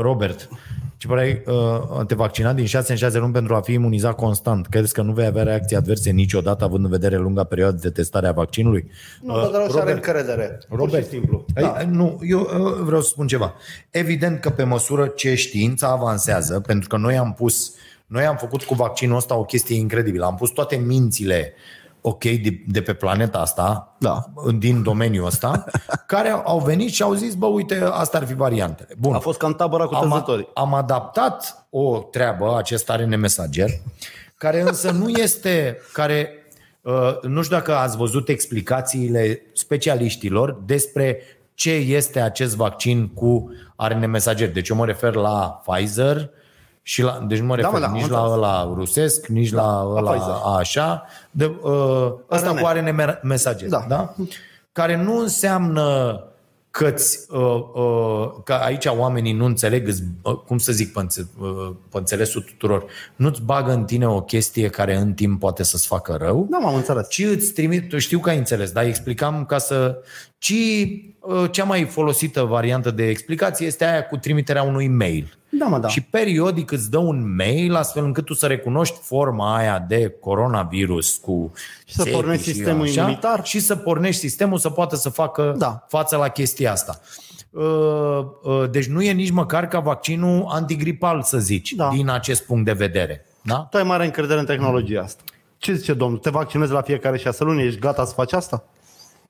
Robert, ce părere ai, uh, te vaccina din 6 în 6 luni pentru a fi imunizat constant? Crezi că nu vei avea reacții adverse niciodată, având în vedere lunga perioadă de testare a vaccinului?
Nu, dar Dragoș are încredere. Pur și simplu.
Da. Nu, eu uh, vreau să spun ceva. Evident că pe măsură ce știința avansează, pentru că noi am pus, noi am făcut cu vaccinul ăsta o chestie incredibilă. Am pus toate mințile ok de, de pe planeta asta,
Da. [laughs]
din domeniul ăsta, care au venit și au zis, bă, uite, asta ar fi variantele. Bun.
A fost cam tabăra cu
am,
tărzătorii.
am adaptat o treabă, acest ARN mesager, care însă nu este, care uh, nu știu dacă ați văzut explicațiile specialiștilor despre ce este acest vaccin cu ARN mesager. Deci eu mă refer la Pfizer și la, deci nu mă refer
mă,
da, da,
da, am
nici la
înțeles.
ăla rusesc, nici da, la ăla
Pfizer.
așa, de, uh, ăsta
RNM.
cu ARN mer- mesager,
Da.
da. da? Care nu înseamnă că, uh, uh, că aici oamenii nu înțeleg, îți, uh, cum să zic pe, înțe- uh, pe înțelesul tuturor, nu-ți bagă în tine o chestie care în timp poate să-ți facă rău,
Da, m-am înțeles.
ci îți trimit, tu știu că ai înțeles, dar explicam ca să... Ci uh, cea mai folosită variantă de explicație este aia cu trimiterea unui mail.
Da, mă, da.
Și periodic îți dă un mail astfel încât tu să recunoști forma aia de coronavirus cu
Și să
țepi
pornești sistemul imunitar.
și să pornești sistemul să poată să facă
Da.
față la chestia asta. Uh, uh, Deci nu e nici măcar ca vaccinul antigripal, să zici,
Da.
da. din acest punct de vedere. Da?
Tu ai mare încredere în tehnologia asta. Ce zice domnul? Te vaccinezi la fiecare șase luni? Ești gata să faci asta?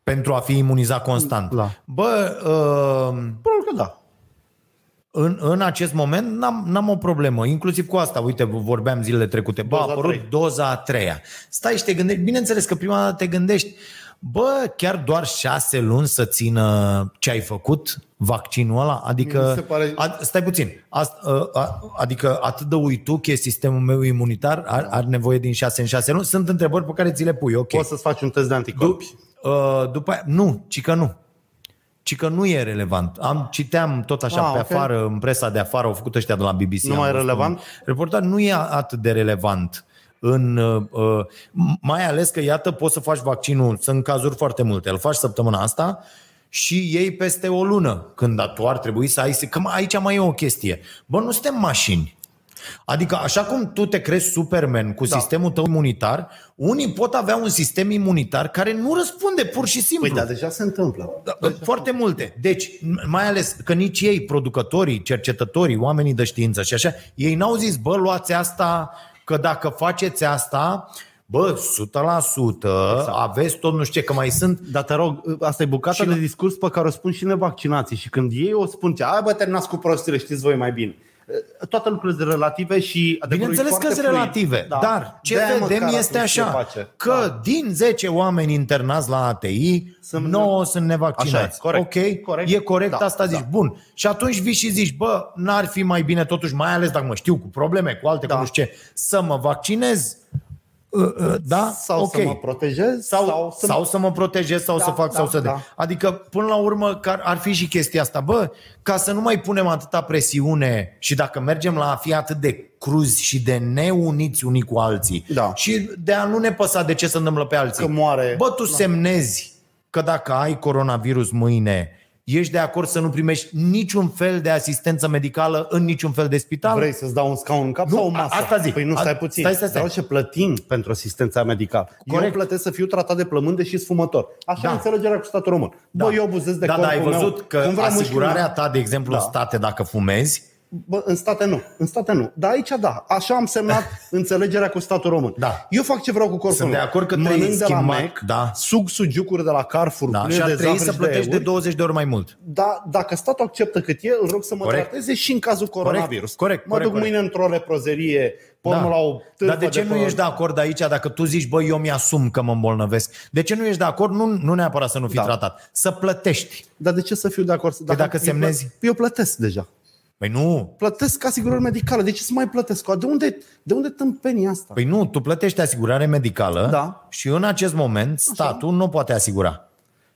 Pentru a fi imunizat constant.
Da.
Bă, uh,
Probabil că da.
în, în acest moment n-am, n-am o problemă, inclusiv cu asta. Uite, vorbeam zilele trecute, bă, a
Doza
apărut
trei.
doza a treia. Stai și te gândești, bineînțeles că prima dată te gândești, bă, chiar doar șase luni să țină ce ai făcut, vaccinul ăla?
Mi
Adică,
se pare-
a, stai puțin, a, a, a, adică atât de uituc e sistemul meu imunitar, are, are nevoie din șase în șase luni? Sunt întrebări pe care ți le pui, ok.
Poți să-ți faci un test de anticorpi.
Uh, după aia, nu, ci că nu. Ci că nu e relevant. Am citeam tot așa
Ah,
ah, pe
ok.
okay. afară, în presa de afară, au făcut ăștia de la BBC.
Nu mai
am
e
văzut
relevant?
un Reportaj nu e atât de relevant. În, uh, uh, mai ales că, iată, poți să faci vaccinul, sunt cazuri foarte multe, îl faci săptămâna asta și ei peste o lună, când a- tu ar trebui să ai... Că aici mai e o chestie. Bă, nu suntem mașini. Adică așa cum tu te crezi Superman cu da. sistemul tău imunitar, unii pot avea un sistem imunitar care nu răspunde pur și simplu.
Păi da, deja se întâmplă.
Da, Foarte multe. Deci, m- mai ales că nici ei, producătorii, cercetătorii, oamenii de știință și așa, ei n-au zis, bă, luați asta, că dacă faceți asta, bă, 100% exact. aveți tot nu știu ce, că mai sunt
Dar te rog, asta e bucata
Și-
de discurs pe care o spun și nevaccinații și când ei o spun, ce, hai bă, terminați cu prostile, știți voi mai bine. Toate lucrurile sunt relative și adevărul e
Bineînțeles că
foarte
sunt
fluid.
relative, da. dar ce
De-aia
vedem
măcar
este
atunci se
așa,
face.
că
Da.
da. din 10 oameni internați la ATI,
Sunt-
sunt 9 sunt
Așa
nevaccinați.
e, corect.
Ok?
Corect.
E corect
Da,
da. asta zici.
da.
Da. Bun. Și atunci vii și zici, bă, n-ar fi mai bine totuși, mai ales dacă mă știu cu probleme, cu alte,
Da.
cu nu știu ce, să mă vaccinez. Uh, uh, Da?
Sau
ok
să mă protejez,
sau, sau,
să
să, sau să mă protejez sau
Da,
da, să fac
da,
sau să
da.
da. Adică până la urmă că ar, ar fi și chestia asta. Bă, ca să nu mai punem atâta presiune și dacă mergem la a fi atât de cruzi și de neuniți unii cu alții
Da.
și de a nu ne păsa de ce se întâmplă pe alții.
Că moare. Da.
Bă, tu semnezi că dacă ai coronavirus mâine ești de acord să nu primești niciun fel de asistență medicală în niciun fel de spital?
Vrei să-ți dau un scaun în cap
Nu,
sau o masă?
a- asta zic.
Păi nu, stai
A-
puțin.
stai, stai, stai.
Dar ce plătim pentru asistența medicală. Eu
Corect.
plătesc să fiu tratat de plământ, deși sunt fumător. Așa da.
Da.
e înțelegerea cu statul român. Da. Bă, eu abuzez de
da, da, ai
corpul
văzut
meu.
că
Cum vrea mușchiul
asigurarea
meu.
ta, de exemplu,
Da.
da. în state, dacă fumezi,
Bă, în state nu. În state nu. Dar aici da. Așa am
[laughs]
semnat înțelegerea cu statul român.
Da.
Eu fac ce vreau cu corpul
Sunt
meu.
de acord că
Mănânc
trebuie
de la
schimbat,
Mac,
da.
sug sugiucuri de la Carrefour,
da,
pâine
și ar
de
trebui
zahăr
să
și
plătești de,
euri.
20 de ori mai mult.
da, dacă statul acceptă cât e, îl rog să mă
Corect.
trateze și în cazul coronavirus.
corect,
mă
corect,
duc
corect.
mâine într-o leprozerie, pun da. la o târfă
Dar de ce nu
păr-
ești da- de acord aici dacă tu zici, băi, eu mi-asum că mă îmbolnăvesc? De ce nu ești de acord? Nu, nu neapărat să nu fii
Da.
da. tratat. Să plătești.
Dar de ce să fiu de acord? Dacă,
Păi dacă semnezi-
Eu, plă- eu plătesc deja.
Păi nu.
Plătesc asigurări medicale. De ce să mai plătesc? De unde, de unde tâmpenia asta?
Păi nu, tu plătești asigurare medicală
Da.
și în acest moment statul nu poate asigura.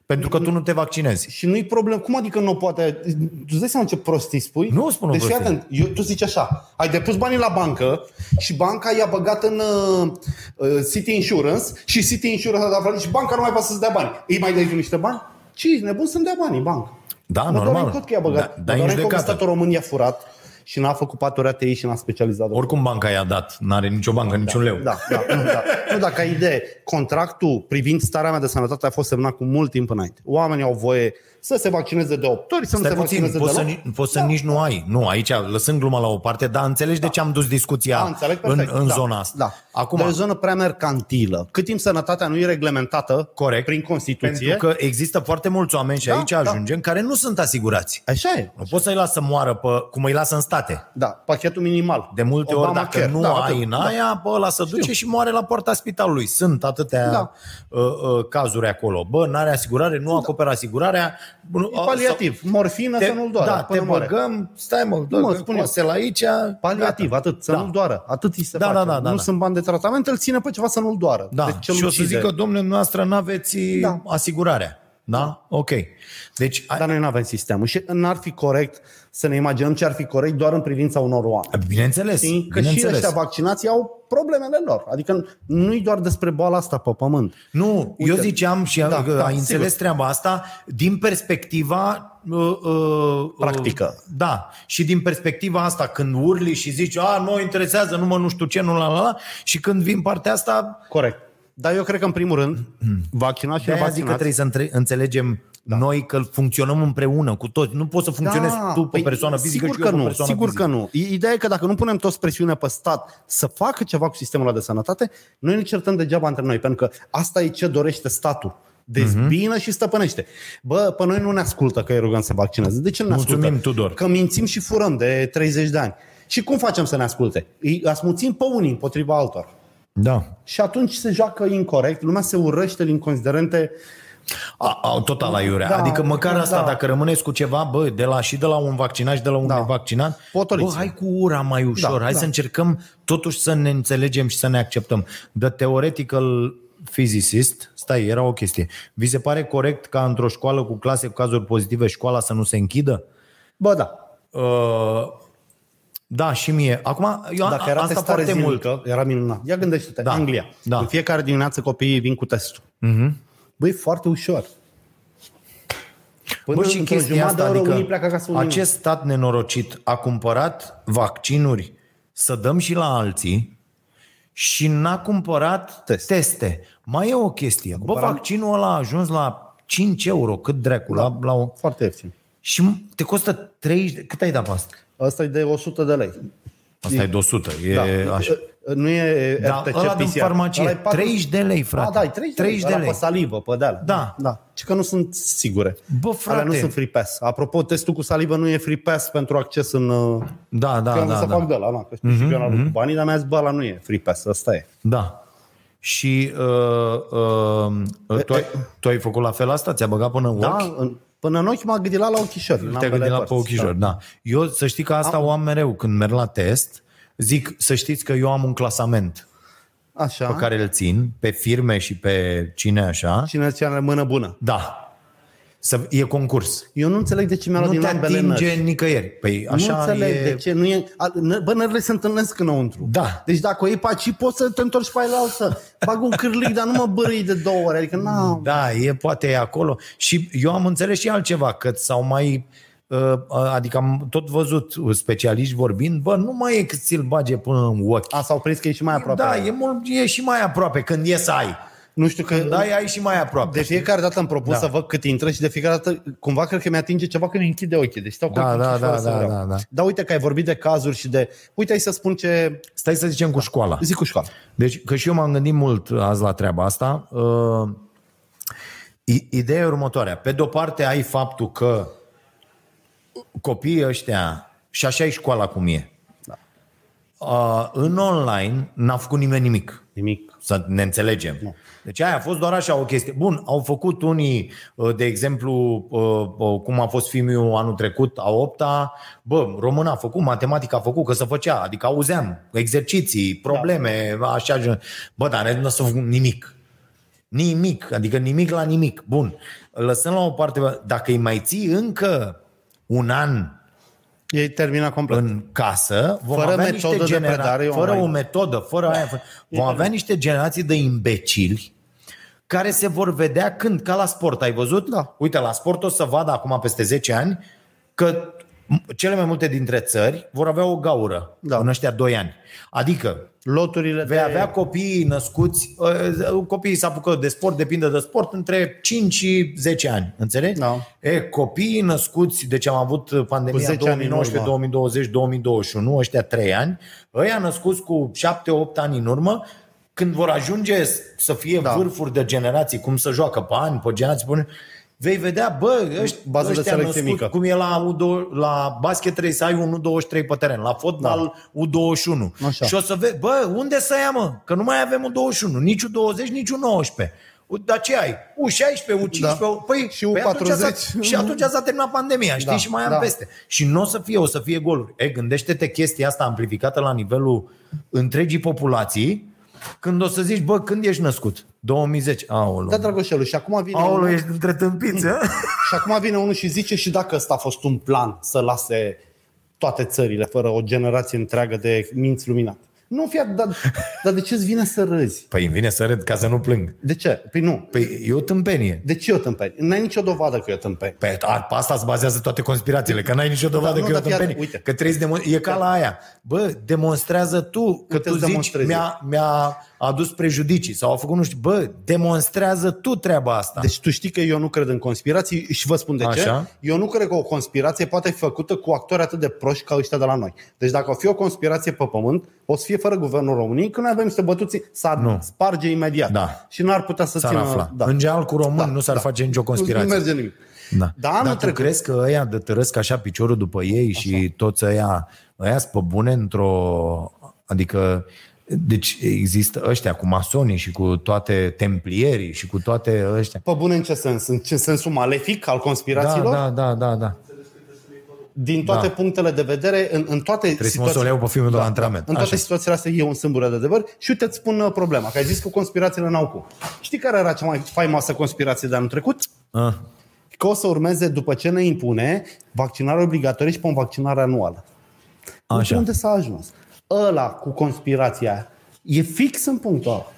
Pentru că tu nu te vaccinezi.
Și nu-i problemă. Cum adică nu poate? Tu îți dai seama ce prostii spui?
Nu spun o
Deci fii
prostie.
atent. Eu, tu zici așa. Ai depus banii la bancă și banca i-a băgat în uh, uh, City Insurance și City Insurance a dat bani și banca nu mai poate să-ți dea bani. Îi mai dai tu niște bani? Ce ești nebun să-mi dea banii, bancă?
Da,
Mă doare în
normal.
cot că i-a băgat.
Da, dar
mă
e
doare în cot că
judecată.
statul român i-a furat. și n-a făcut patorea ei și n-a specializat.
Oricum banca i-a dat, n-are nicio bancă, niciun leu.
Da, da, nu, da. Nu, dacă ai idee, contractul privind starea mea de sănătate a fost semnat cu mult timp înainte. Oamenii au voie să se vaccineze de 8 ori, să Da. nu
Stai
se
puțin,
vaccineze
poți să,
deloc.
ni- poți să nici nu ai. Nu, aici, lăsând gluma la o parte, dar înțelegi de ce am dus discuția
Da, înțeleg
Ah, în,
perfect.
în
da,
zona asta.
Da.
Acum,
Acum, Dar e o zonă prea mercantilă. Cât timp sănătatea nu e reglementată
Corect.
prin Constituție,
pentru că există foarte mulți oameni și
Da,
aici
da.
ajungem care nu sunt asigurați.
așa e.
Nu poți să-i las să moară pe, cum îi lasă în state.
Da, pachetul minimal.
De multe ori,
Obama
dacă
Care.
nu
da,
ai
atât.
în aia, bă, ăla se duce și moare la poarta spitalului. Sunt atâtea
Da.
uh, uh, cazuri acolo. Bă, n-are asigurare, nu acoperă asigurarea. Bun,
E
uh,
paliativ, morfină
Te,
să nu-l doară
da,
până
te
moare.
băgăm, stai mă, dă
Mă,
mă
spune.
spune la aici.
Paliativ,
gata.
atât, să
Da.
nu-l doară. Atât îi se
Da,
face.
da, da, da,
nu
da.
sunt bani de tratament, îl ține pe ceva să nu-l doară.
Da.
Deci,
și o să zică, domnule, noastră n-aveți uh,
Da.
asigurarea. Da? Ok. Deci, ai-
Dar noi nu avem sistemul și n-ar fi corect să ne imaginăm ce ar fi corect doar în privința unor oameni.
bineînțeles,
Știi? Că și
bineînțeles.
ăștia vaccinați au problemele lor. Adică nu-i doar despre boala asta pe pământ.
Nu, Uite,
Uite,
eu ziceam și da,
da,
ai
da,
înțeles
sigur.
treaba asta din perspectiva uh, uh,
Practică.
Uh, da, și din perspectiva asta când urli și zici, a, nu interesează, nu mă nu știu ce, nu la la la, și când vin partea asta,
Corect. Dar eu cred că, în primul rând, vaccinați și
de aia Mm. zic că
nevaccinați
trebuie să între- înțelegem da. noi că funcționăm împreună cu toți. Nu poți să funcționezi da, tu pe
păi
persoană fizică
sigur
și
că
eu pe
nu,
persoană
Sigur
fizică.
că nu. I- Ideea e că dacă nu punem toți presiune pe stat să facă ceva cu sistemul ăla de sănătate, noi ne certăm degeaba între noi, pentru că asta e ce dorește statul. Dezbină uh-huh. și stăpânește. Bă, pe noi nu ne ascultă că îi rugăm să vaccineze. De ce nu ne
Mulțumim,
ascultă?
Tudor.
Că mințim și furăm de 30 de ani. Și cum facem să ne asculte? Îi asmuțim pe unii împotriva altor.
Da.
Și atunci se joacă incorrect, lumea se urăște din considerente
A, a, tot la iurea. Da,
Da,
adică măcar asta, da.
da.
dacă rămâneți cu ceva, bă, de la, și de la un vaccinat și de la un da.
Da.
nevaccinat,
Potoliți.
bă, hai cu ura mai ușor, da,
Da,
hai da.
da.
să încercăm totuși să ne înțelegem și să ne acceptăm. The theoretical physicist, stai, era o chestie, vi se pare corect ca într-o școală cu clase cu cazuri pozitive școala să nu se închidă?
Bă, da.
Uh, da, și mie. Acum, eu
Dacă era
asta
testare
foarte mult.
zilnică, era minunat. Ia gândește-te,
Da,
da. Anglia.
da. Mhm.
Da. În fiecare dimineață copiii vin cu testul. Mm-hmm. Băi, foarte ușor. Până
Bă, și
într-o
chestia
jumătate
asta,
de oră,
adică
unii pleacă acasă, unii nu.
acest stat nenorocit a cumpărat vaccinuri să dăm și la alții și n-a cumpărat
Test.
teste. Mai e o chestie. Bă,
cumpărat-
vaccinul ăla a ajuns la 5 euro, cât dracu, da. la, la o...
Foarte ieftin.
Și m- te costă 30... de- Cât ai dat pe asta?
Asta e de 100 de lei.
Asta e de 100. E
da.
așa.
Nu e
Da,
RTC,
ăla din
PCR.
farmacie.
Ăla e
30 de lei, frate.
A, da, e 30,
30 de
Ăla
lei.
pe salivă, pe deal.
Da.
da. Și că nu sunt sigure.
Bă, frate.
Alea nu sunt free pass. Apropo, testul cu salivă nu e free pass pentru acces în... uh,
Da, da,
că am
da.
da, să
da. mhm.
fac de la, na, că știu și eu la mm banii, dar mi-a zis, bă, ăla nu e free pass, ăsta e.
Da. Și uh, uh, tu, ai, tu ai făcut la fel asta? Ți-a băgat până în
Da,
ochi?
în, până în ochi m-a gândit la la ochișori. în
Te
ambele
gândi la pe
părți.
ochișor, da. da. Eu să știi că asta o am mereu când merg la test. Zic, să știți că eu am un clasament
Da. Așa.
pe care îl țin pe firme și pe cine așa.
Cine ți are mână bună?
Da. Să, e concurs.
Eu nu înțeleg de ce mi-a luat
Nu
din
te
ambele nări.
atinge nicăieri. Păi așa
nu înțeleg deci-
e...
de ce. Nu e... a, nă- Bă, nările se întâlnesc înăuntru.
Da.
Deci dacă o iei pe aici, poți să te întorci pe aia la altă. Bag un cârlic, dar nu mă bărâi de două ori. Adică, na,
Da, e poate e acolo. Și eu am înțeles și altceva, că s-au mai uh, uh, adică am tot văzut specialiști vorbind, bă, nu mai e că ți-l bage până în ochi.
a, s-au prins că e și mai aproape.
Da, e, mult, e și mai aproape când e să ai.
Nu știu că...
Da, ai și mai aproape.
De fiecare dată îmi propun
Da.
da. să văd cât intră și de fiecare dată cumva cred că mi-atinge ceva când îi închide ochii. Deci stau cu
Da,
ochii
da,
închiși
da,
fără să
da,
vreau.
da, da.
Dar uite că ai vorbit de cazuri și de... Uite, hai să spun ce...
Stai să zicem cu școala.
Zic cu școală.
Deci, că și eu m-am gândit mult azi la treaba asta. Uh, i- Ideea e următoarea. Pe de-o parte ai faptul că copiii ăștia, și așa e școala cum e, uh, în online n-a făcut nimeni nimic.
Nimic.
Să ne înțelegem. Nu. Deci aia a fost doar așa o chestie. Bun, au făcut unii, uh, de exemplu, uh, uh, cum a fost filmul anul trecut, a opta, bă, română a făcut, matematică a făcut, că se făcea, adică auzeam, exerciții, probleme, da. așa. gen. Bă, dar noi nu s-a făcut nimic. Nimic, adică nimic la nimic. Bun, lăsăm la o parte, dacă îi mai ții încă un an
Ei termina complet.
în casă, vom
Fără
avea
metodă
niște
de
genera-
predare
fără
online.
o metodă, fără aia, fără... vom avea niște generații de imbecili care se vor vedea când, ca la sport, ai văzut? Da. Uite, la sport o să vadă acum peste 10 ani că m- cele mai multe dintre țări vor avea o gaură
Da.
da. în ăștia 2 ani. Adică
Loturile
vei
de...
avea copiii născuți, uh, copiii se apucă de sport, depinde de sport, între 5 și 10 ani, înțelegi?
Da.
E, copiii născuți, deci am avut
Cu
pandemia
10 ani în
2019,
urmă.
2020, 2021, ăștia 3 ani, ăia născuți cu 7-8 ani în urmă, când vor ajunge s- să fie da. vârfuri de generații, cum să joacă pe ani, pe generații, pe ani, vei vedea, bă, ăștia,
Bază de
ăștia
selecție
născuți,
mică.
cum e la, U2, la basket trebuie să ai un U23 pe teren, la fotbal U21.
Da. Așa.
Și o să vezi, bă, unde să ia, mă? Că nu mai avem U21, nici U20, nici U19. U- Dar ce ai? U16, U15,
Da.
da. păi,
Și
păi atunci s-a-
U40.
și atunci s-a terminat pandemia, știi,
Da,
da, și mai am
da.
da. peste. Și nu o să fie, o să fie goluri. E, gândește-te chestia asta amplificată la nivelul întregii populații, când o să zici, bă, când ești născut? 2010. Aolo.
Da, Mm. Dragoșelu, și acum vine
Aolo,
unul,
ești între tâmpițe.
[laughs] și acum vine unul și zice și dacă ăsta a fost un plan să lase toate țările fără o generație întreagă de minți luminate. Nu, fiat, dar, dar de ce îți vine să râzi?
Păi îmi vine să râd ca să nu plâng.
De ce? Păi nu.
Păi e o tâmpenie.
De ce eu tâmpeni? N-ai nicio dovadă că eu tâmpeni.
Pe a- pe asta se bazează toate conspirațiile, că n-ai nicio dovadă
nu,
da, că e o
dar fii atent,
tâmpenie.
uite. Da.
Că trebuie să demon- e ca la aia. Bă, demonstrează tu că
Uite,
tu
îți
zici
demonstrez
mi-a, mi-a adus prejudicii sau a făcut nu știu. Bă, demonstrează tu treaba asta.
Deci tu știi că eu nu cred în conspirații și vă spun de ce.
Așa.
Eu nu cred că o conspirație poate fi făcută cu actori atât de proști ca ăștia de la noi. Deci dacă o fi o conspirație pe pământ, o să fie fără guvernul României, că noi avem niște bătuți, s-ar
Nu.
sparge imediat.
Da.
Și n-ar putea să
S-ar
țină...
afla. Da. În general, cu români
Da,
da, nu s-ar
da.
da. face nicio
Nu
conspirație.
merge nimic.
Da.
Da, anul
Dar tu
trecut-
crezi că ăia dătărăsc așa piciorul după ei așa. și toți ăia, ăia sunt pe bune într-o... Adică, deci există ăștia cu masonii și cu toate templierii și cu toate ăștia.
Pe bune în ce sens? În ce sensul malefic al
Da,
conspirațiilor?
da, da, da, da.
Din toate
Da.
punctele de vedere, în, în toate
Trebuie să mă să o iau pe filmul de la antrenament.
Da, În toate
Așa.
situațiile astea e un sâmbure de adevăr și uite îți spun uh, problema, că ai zis că conspirațiile n-au cum. Știi care era cea mai faimoasă conspirație de anul trecut?
Ah,
Că o să urmeze, după ce ne impune, vaccinare obligatorie și pe vaccinare anuală.
Așa.
Unde s-a ajuns? Ăla cu conspirația aia e fix în punctul ăla.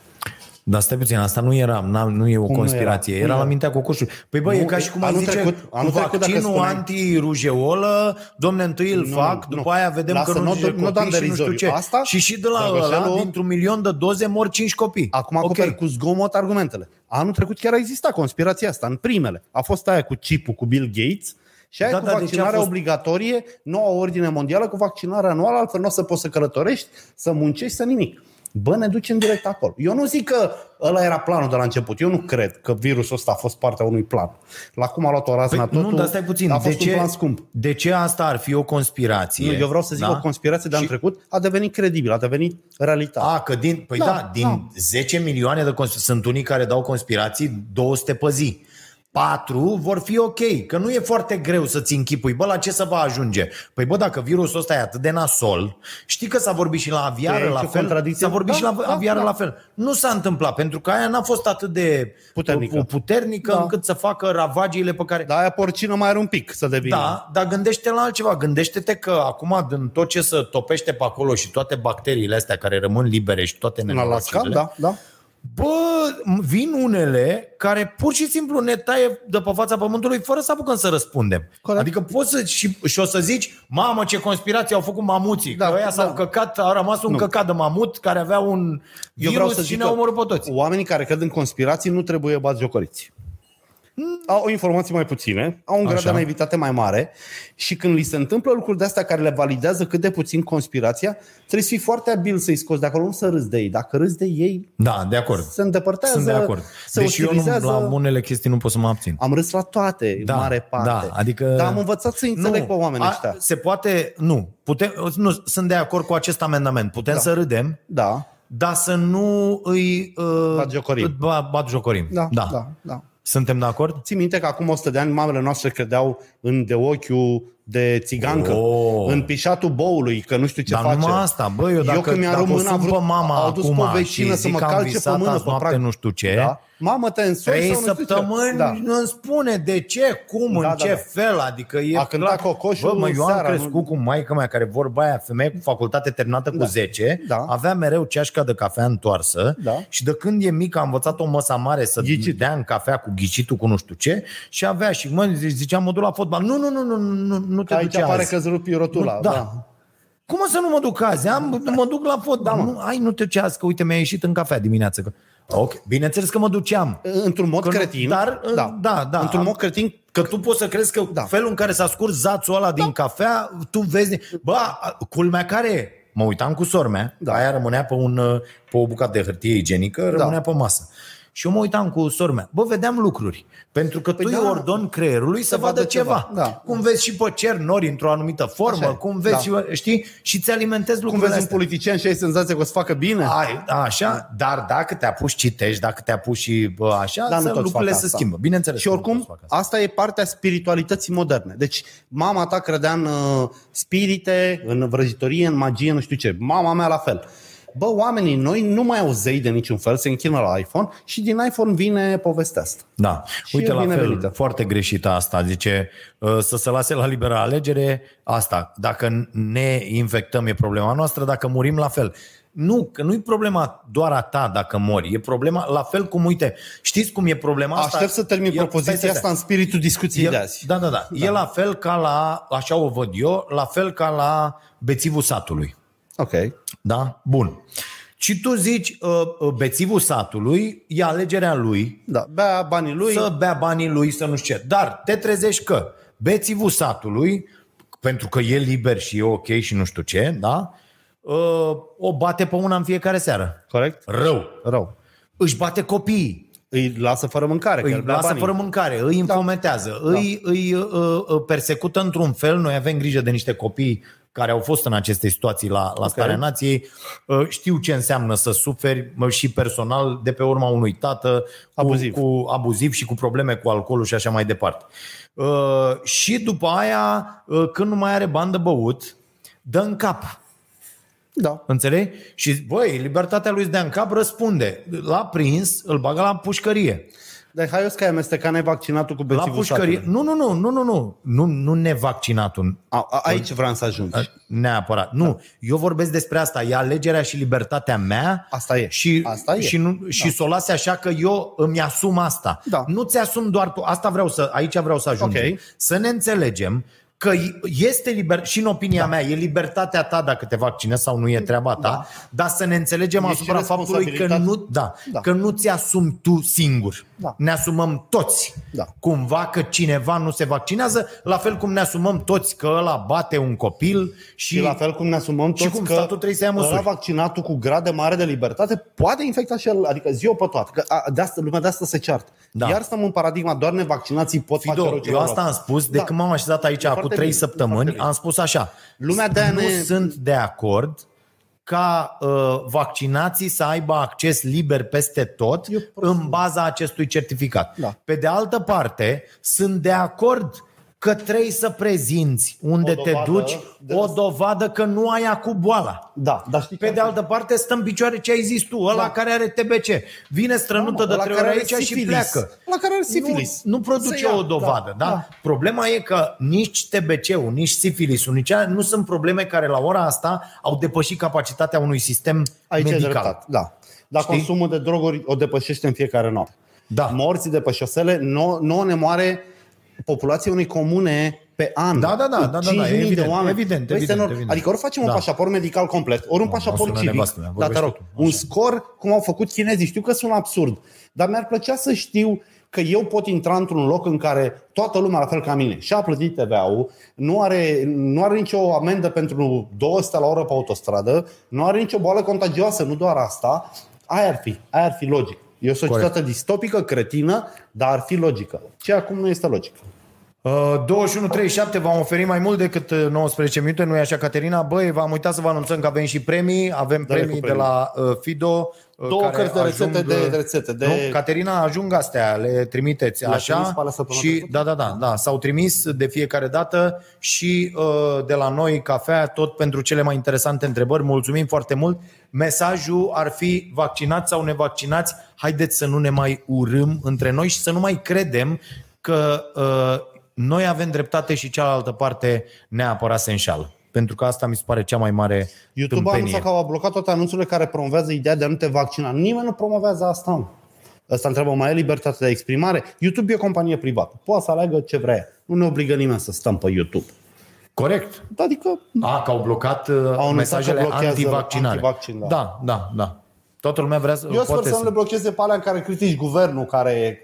Dar stai puțin, asta nu era, n-a- nu e o
nu
conspirație,
era?
era, la
Nu era.
mintea cocoșului. Păi băi,
Nu,
e ca și cum ai
anul
zice,
trecut- anul
cu
trecut dacă
vaccinul
spuneai-
anti-rujeolă, domne, întâi îl
Nu,
fac,
nu.
după aia vedem
Lasă,
că nu
nu-
duce
nu dăm
copii
de
și nu știu
rizori.
ce.
Asta,
și și de la ăla,
Drăgășelu-
dintr-un milion de doze mor cinci copii.
Acum acoperi
Ok.
cu zgomot argumentele. Anul trecut chiar a existat conspirația asta, în primele. A fost aia cu chipul, cu Bill Gates și aia da,
Da,
cu
dar de ce a
vaccinarea
fost-
obligatorie, noua ordine mondială, cu vaccinarea anuală, altfel nu o să poți să călătorești, să muncești, să nimic. Bă, ne ducem direct acolo. Eu nu zic că ăla era planul de la început. Eu nu cred că virusul ăsta a fost partea unui plan. La cum a luat o razna
Păi,
totul,
nu, dar stai puțin.
a fost
de ce,
un plan scump.
De ce asta ar fi o conspirație?
Nu, eu vreau să zic da? o conspirație de anul
Și-
trecut a devenit credibil, a devenit realitate.
A, că din, păi
Da,
da, da din
da.
da. 10 milioane de cons- sunt unii care dau conspirații 200 pe zi. 4 vor fi ok, că nu e foarte greu să-ți închipui, bă, la ce să va ajunge? Păi bă, dacă virusul ăsta e atât de nasol, știi că s-a vorbit și la aviară
Păi,
la
ce
fel,
contradicție.
s-a vorbit
Da,
și la
da,
aviară
da.
la fel. Nu s-a întâmplat, pentru că aia n-a fost atât de
Puternică.
puternică
Da.
da. încât să facă ravagiile pe care...
Dar aia porcină mai are un pic să devină.
Da, dar gândește la altceva. Gândește-te că acum, din tot ce se topește pe acolo și toate bacteriile astea care rămân libere și toate
în Alaska,
nenorocirile,
da, da.
bă, vin unele care pur și simplu ne taie de pe fața pământului fără să apucăm să răspundem.
Corect.
Adică poți să, și, și o să zici, mamă ce conspirație au făcut mamuții,
Da,
da, că ăia
da.
s-au căcat, a rămas un
Nu.
nu. căcat de mamut care avea un
Eu
virus
vreau să
și
zic
ne-a
că
omorât pe toți.
Oamenii care cred în conspirații nu trebuie bat jocoriți. Au informații mai puține, au un grad
Mm. Așa.
de naivitate mai mare și când li se întâmplă lucruri de astea care le validează cât de puțin conspirația, trebuie să fii foarte abil să-i scoți de acolo, nu să râzi de ei. Dacă râzi de ei,
Da, de acord.
se îndepărtează,
Sunt de acord.
se
Deși eu nu,
utilizează...
la unele chestii nu pot să mă abțin.
Am râs la toate, în
Da,
mare parte.
da, adică-
Dar am învățat să înțeleg pe oamenii
a-
ăștia.
Se poate, nu, putem, nu, sunt de acord cu acest amendament. Putem
Da.
da. să râdem,
Da,
dar să nu îi... Uh,
Batjocorim.
Ba, batjocorim.
da, da, da. da.
Suntem de acord?
Ții minte că acum 100 de ani mamele noastre credeau în de ochiul de țigancă,
Oh.
în pișatul boului, că nu știu ce
Ce dar
face.
face? numai asta, bă, eu dacă,
eu când mi-a
dacă o
rămân,
sun pe mama
au dus
acum
pe o vecină
și
să
zic
mă
că am
calce pe
visat
mână,
azi
pe
noapte
prag.
nu știu ce,
Da? Mamă, te însori
trei
sau nu știu ce?
săptămâni
Da.
îmi spune de ce, cum,
Da,
da,
da,
în ce
da.
da, fel, adică e
A cântat
clar.
cocoșul
Bă, mă, eu am
seara,
crescut
nu-
cu maica mea care vorba aia, femeie cu facultate terminată cu
Da.
da. 10,
Da.
avea mereu ceașca de cafea întoarsă
Da.
și de când e mică a învățat o măsa mare să
Ghicit.
dea în cafea cu ghicitul, cu nu știu ce și avea și mă, ziceam, mă duc la fotbal. Nu, nu, nu, nu, nu, nu, nu te
Că aici
duce
pare
azi.
că îți rupi rotula.
Nu, da. Cum o să nu mă duc azi? Am, mă duc la fotbal. Da, nu, ai, nu te duce azi, că uite, mi-a ieșit în cafea dimineața. Că... Ok, bineînțeles că mă duceam.
Într-un mod
Că nu-
cretin.
Dar,
da.
da, da.
Într-un mod cretin
Că tu poți să crezi că da. felul în care s-a scurs zațul ăla
Da.
din cafea, tu vezi... Bă, a- culmea care e? Mă uitam cu sora mea, da. aia rămânea pe, un, uh, pe o bucată de hârtie igienică, rămânea da. pe masă. Și eu mă uitam cu sora mea. Bă, vedeam lucruri. Pentru că păi tu
da.
da. îi ordon creierului să vadă ceva.
Da.
Cum vezi și pe cer nori într-o anumită formă,
Așa e.
cum vezi
Da.
da. și, știi? Și ți alimentezi
cum
lucrurile
vezi un
astea.
politician și ai senzația că o să facă bine?
Ai, da, așa, dar dacă te apuci citești, dacă te apuci și bă, așa,
Dar
da,
nu
să,
toți
lucrurile
fac
se
asta.
schimbă. Bineînțeles.
Și
că nu toți
oricum,
fac asta.
asta e partea spiritualității moderne. Deci, mama ta credea în uh, spirite, în vrăjitorie, în magie, nu știu ce. Mama mea la fel. Bă, oamenii noi nu mai au zei de niciun fel, se închină la iPhone și din iPhone vine povestea asta.
Da. Uite,
e
la
binevenită.
fel, foarte greșită asta. Zice uh, să se lase la libera alegere asta. Dacă ne infectăm e problema noastră, dacă murim la fel. Nu, că nu-i problema doar a ta dacă mori. E problema la fel cum, uite, știți cum e problema asta?
Aștept să termin
E-
propoziția
stai, stai,
asta
stai.
în spiritul discuției de
E-
azi.
Da, da, da, da. E la fel ca la, așa o văd eu, la fel ca la bețivul satului.
Ok.
Da? Bun. Și tu zici, uh, uh, bețivul satului e alegerea lui
Da. Bea banii lui.
să bea banii lui, să nu știu ce. Dar te trezești că bețivul satului, pentru că e liber și e ok și nu știu ce, da? Uh, O bate pe una în fiecare seară.
Corect?
Rău.
Rău.
Își bate copiii,
Îi lasă fără mâncare. că el
îi
bea
lasă
banii.
fără mâncare, îi infometează, da. îi, îi uh, uh, persecută într-un fel. Noi avem grijă de niște copii care au fost în aceste situații la, la okay. starea nației, Uh, știu ce înseamnă să suferi mă, și personal de pe urma unui tată cu,
Abuziv.
cu abuziv și cu probleme cu alcoolul și așa mai departe. Uh, Și după aia, uh, când nu mai are bani de băut, dă în cap.
Da.
Înțelegi? Și, băi, libertatea lui îți dea în cap, răspunde. L-a prins, îl bagă la pușcărie.
Dar haios că Deci ai amestecat nevaccinat cu
La
bețivul
pușcărie.
satului.
Nu, nu, nu, nu, nu, nu, nu, nu nevaccinatul
A, a, aici vreau să ajungi.
neapărat. Nu, da. eu vorbesc despre asta, e alegerea și libertatea mea.
Asta e.
Și,
Asta e.
și, nu, și da. să o lase așa că eu îmi asum asta.
Da.
Nu ți asum doar tu. Asta vreau să, aici vreau să ajungem.
Ok.
Să ne înțelegem că este liber, și în opinia da. mea, e libertatea ta dacă te vaccinezi sau nu e treaba ta, da. dar să ne înțelegem
E și
asupra faptului că
responsabilitate.
nu, da,
Da.
da. că nu ți asumi tu singur.
Da.
Ne asumăm toți
Da.
cumva că cineva nu se vaccinează, la fel cum ne asumăm toți că ăla bate un copil și,
Și la fel cum ne asumăm toți
și cum
că
statul trebuie să ia măsuri.
ăla vaccinatul cu grad de mare de libertate poate infecta și el, adică ziua pe toată. Că a, de asta, lumea de asta se ceartă. Da.
Da.
Iar stăm în paradigma, doar nevaccinații pot face
Fido,
rău
eu
celorlalți.
asta am spus de
Da.
da. când m-am așezat aici
E
acum
foarte
3
bine, e foarte
săptămâni,
bine.
am spus așa.
Lumea de-aia
nu
ne-
sunt de acord ca uh, vaccinații să aibă acces liber peste tot
E o prostie.
în baza acestui certificat.
Da.
Pe de altă parte, sunt de acord că trebuie să prezinți unde
O
te
dovadă
duci
de-
o dovadă că nu ai acum boala.
Da, dar știi
Pe de altă parte stă în picioare ce ai zis tu, ăla
Da.
da. care are TBC. Vine strănută
Mamă,
de
ăla
trei
care
ori
are
aici și
sifilis.
pleacă.
Ăla care are sifilis.
Nu, nu
Să
produce
ia,
o dovadă, da,
da,
da?
da.
da? Problema e că nici TBC-ul, nici sifilisul, nici alea nu sunt probleme care la ora asta au depășit capacitatea unui sistem
Aici e
medical.
dreptate, da. Dar
Știi?
consumul de droguri o depășește în fiecare noapte.
Da.
Morții de pe șosele, nouă, nouă ne moare populația unei comune pe an.
Da, da, da, da, da, da,
5.000 de
evident,
oameni.
evident,
Băi, este
evident,
enorm.
evident.
Adică ori facem un
Da.
pașaport medical complet, ori un
Mamă,
pașaport
sună
civic.
nevastă mea,
Da, te
vorbește
rog,
tu, așa.
un scor cum au făcut chinezii. Știu că sună absurd, dar mi-ar plăcea să știu că eu pot intra într-un loc în care toată lumea, la fel ca mine, și-a plătit TVA-ul, nu are, nu are nicio amendă pentru 200 la oră pe autostradă, nu are nicio boală contagioasă, nu doar asta. Aia ar fi, aia ar fi logic. E o societate distopică, cretină, dar ar fi logică. Ce acum nu este logic.
Uh, 21.37 v-am oferit mai mult decât uh, 19 minute, nu e așa, Caterina? Băi, v-am uitat să vă anunțăm că avem și premii, avem
Dale
premii
cu
de
premii.
la uh, Fido. uh,
Două
care
cărți de
ajung,
rețete de-
uh,
de rețete, de-
Nu, Caterina, ajung astea, le trimiteți
Le-a trimis
așa.
pe alea săptămâna
Și,
trecută?
da, da, da, da, s-au trimis de fiecare dată și uh, de la noi cafea, tot pentru cele mai interesante întrebări. Mulțumim foarte mult. Mesajul ar fi vaccinați sau nevaccinați, haideți să nu ne mai urâm între noi și să nu mai credem că uh, noi avem dreptate și cealaltă parte neapărat se înșală. Pentru că asta mi se pare cea mai mare
YouTube a
tâmpenie.
anunțat că au blocat toate anunțurile care promovează ideea de a nu te vaccina. Nimeni nu promovează asta. mă. Ăsta întreabă, mai e libertatea de exprimare? YouTube e o companie privată. Poate să aleagă ce vrea. Nu ne obligă nimeni să stăm pe YouTube.
Corect.
Adică
A, că au blocat au
că
mesajele
blochează
antivaccinare.
antivaccin, da.
da, da, da. Toată lumea vrea să...
eu sper
poate
să nu le blocheze pe alea în care critici guvernul care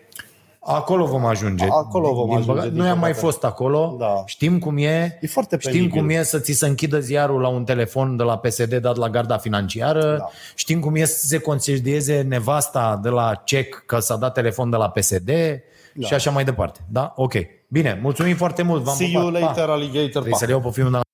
Acolo vom ajunge.
Acolo vom ajunge,
păcate.
din
Noi am mai
păcate.
fost acolo,
Da.
știm cum e,
E foarte
știm
penibil.
cum e să ți se închidă ziarul la un telefon de la PSD dat la garda financiară, da. știm cum e să se concedieze nevasta de la CEC că s-a dat telefon de la PSD da. și așa mai departe. Da? Ok. Bine, mulțumim foarte mult. V-am
See
pupat.
you later,
Pa.
alligator.
Trebuie
Pa.
să le iau pe filmul de la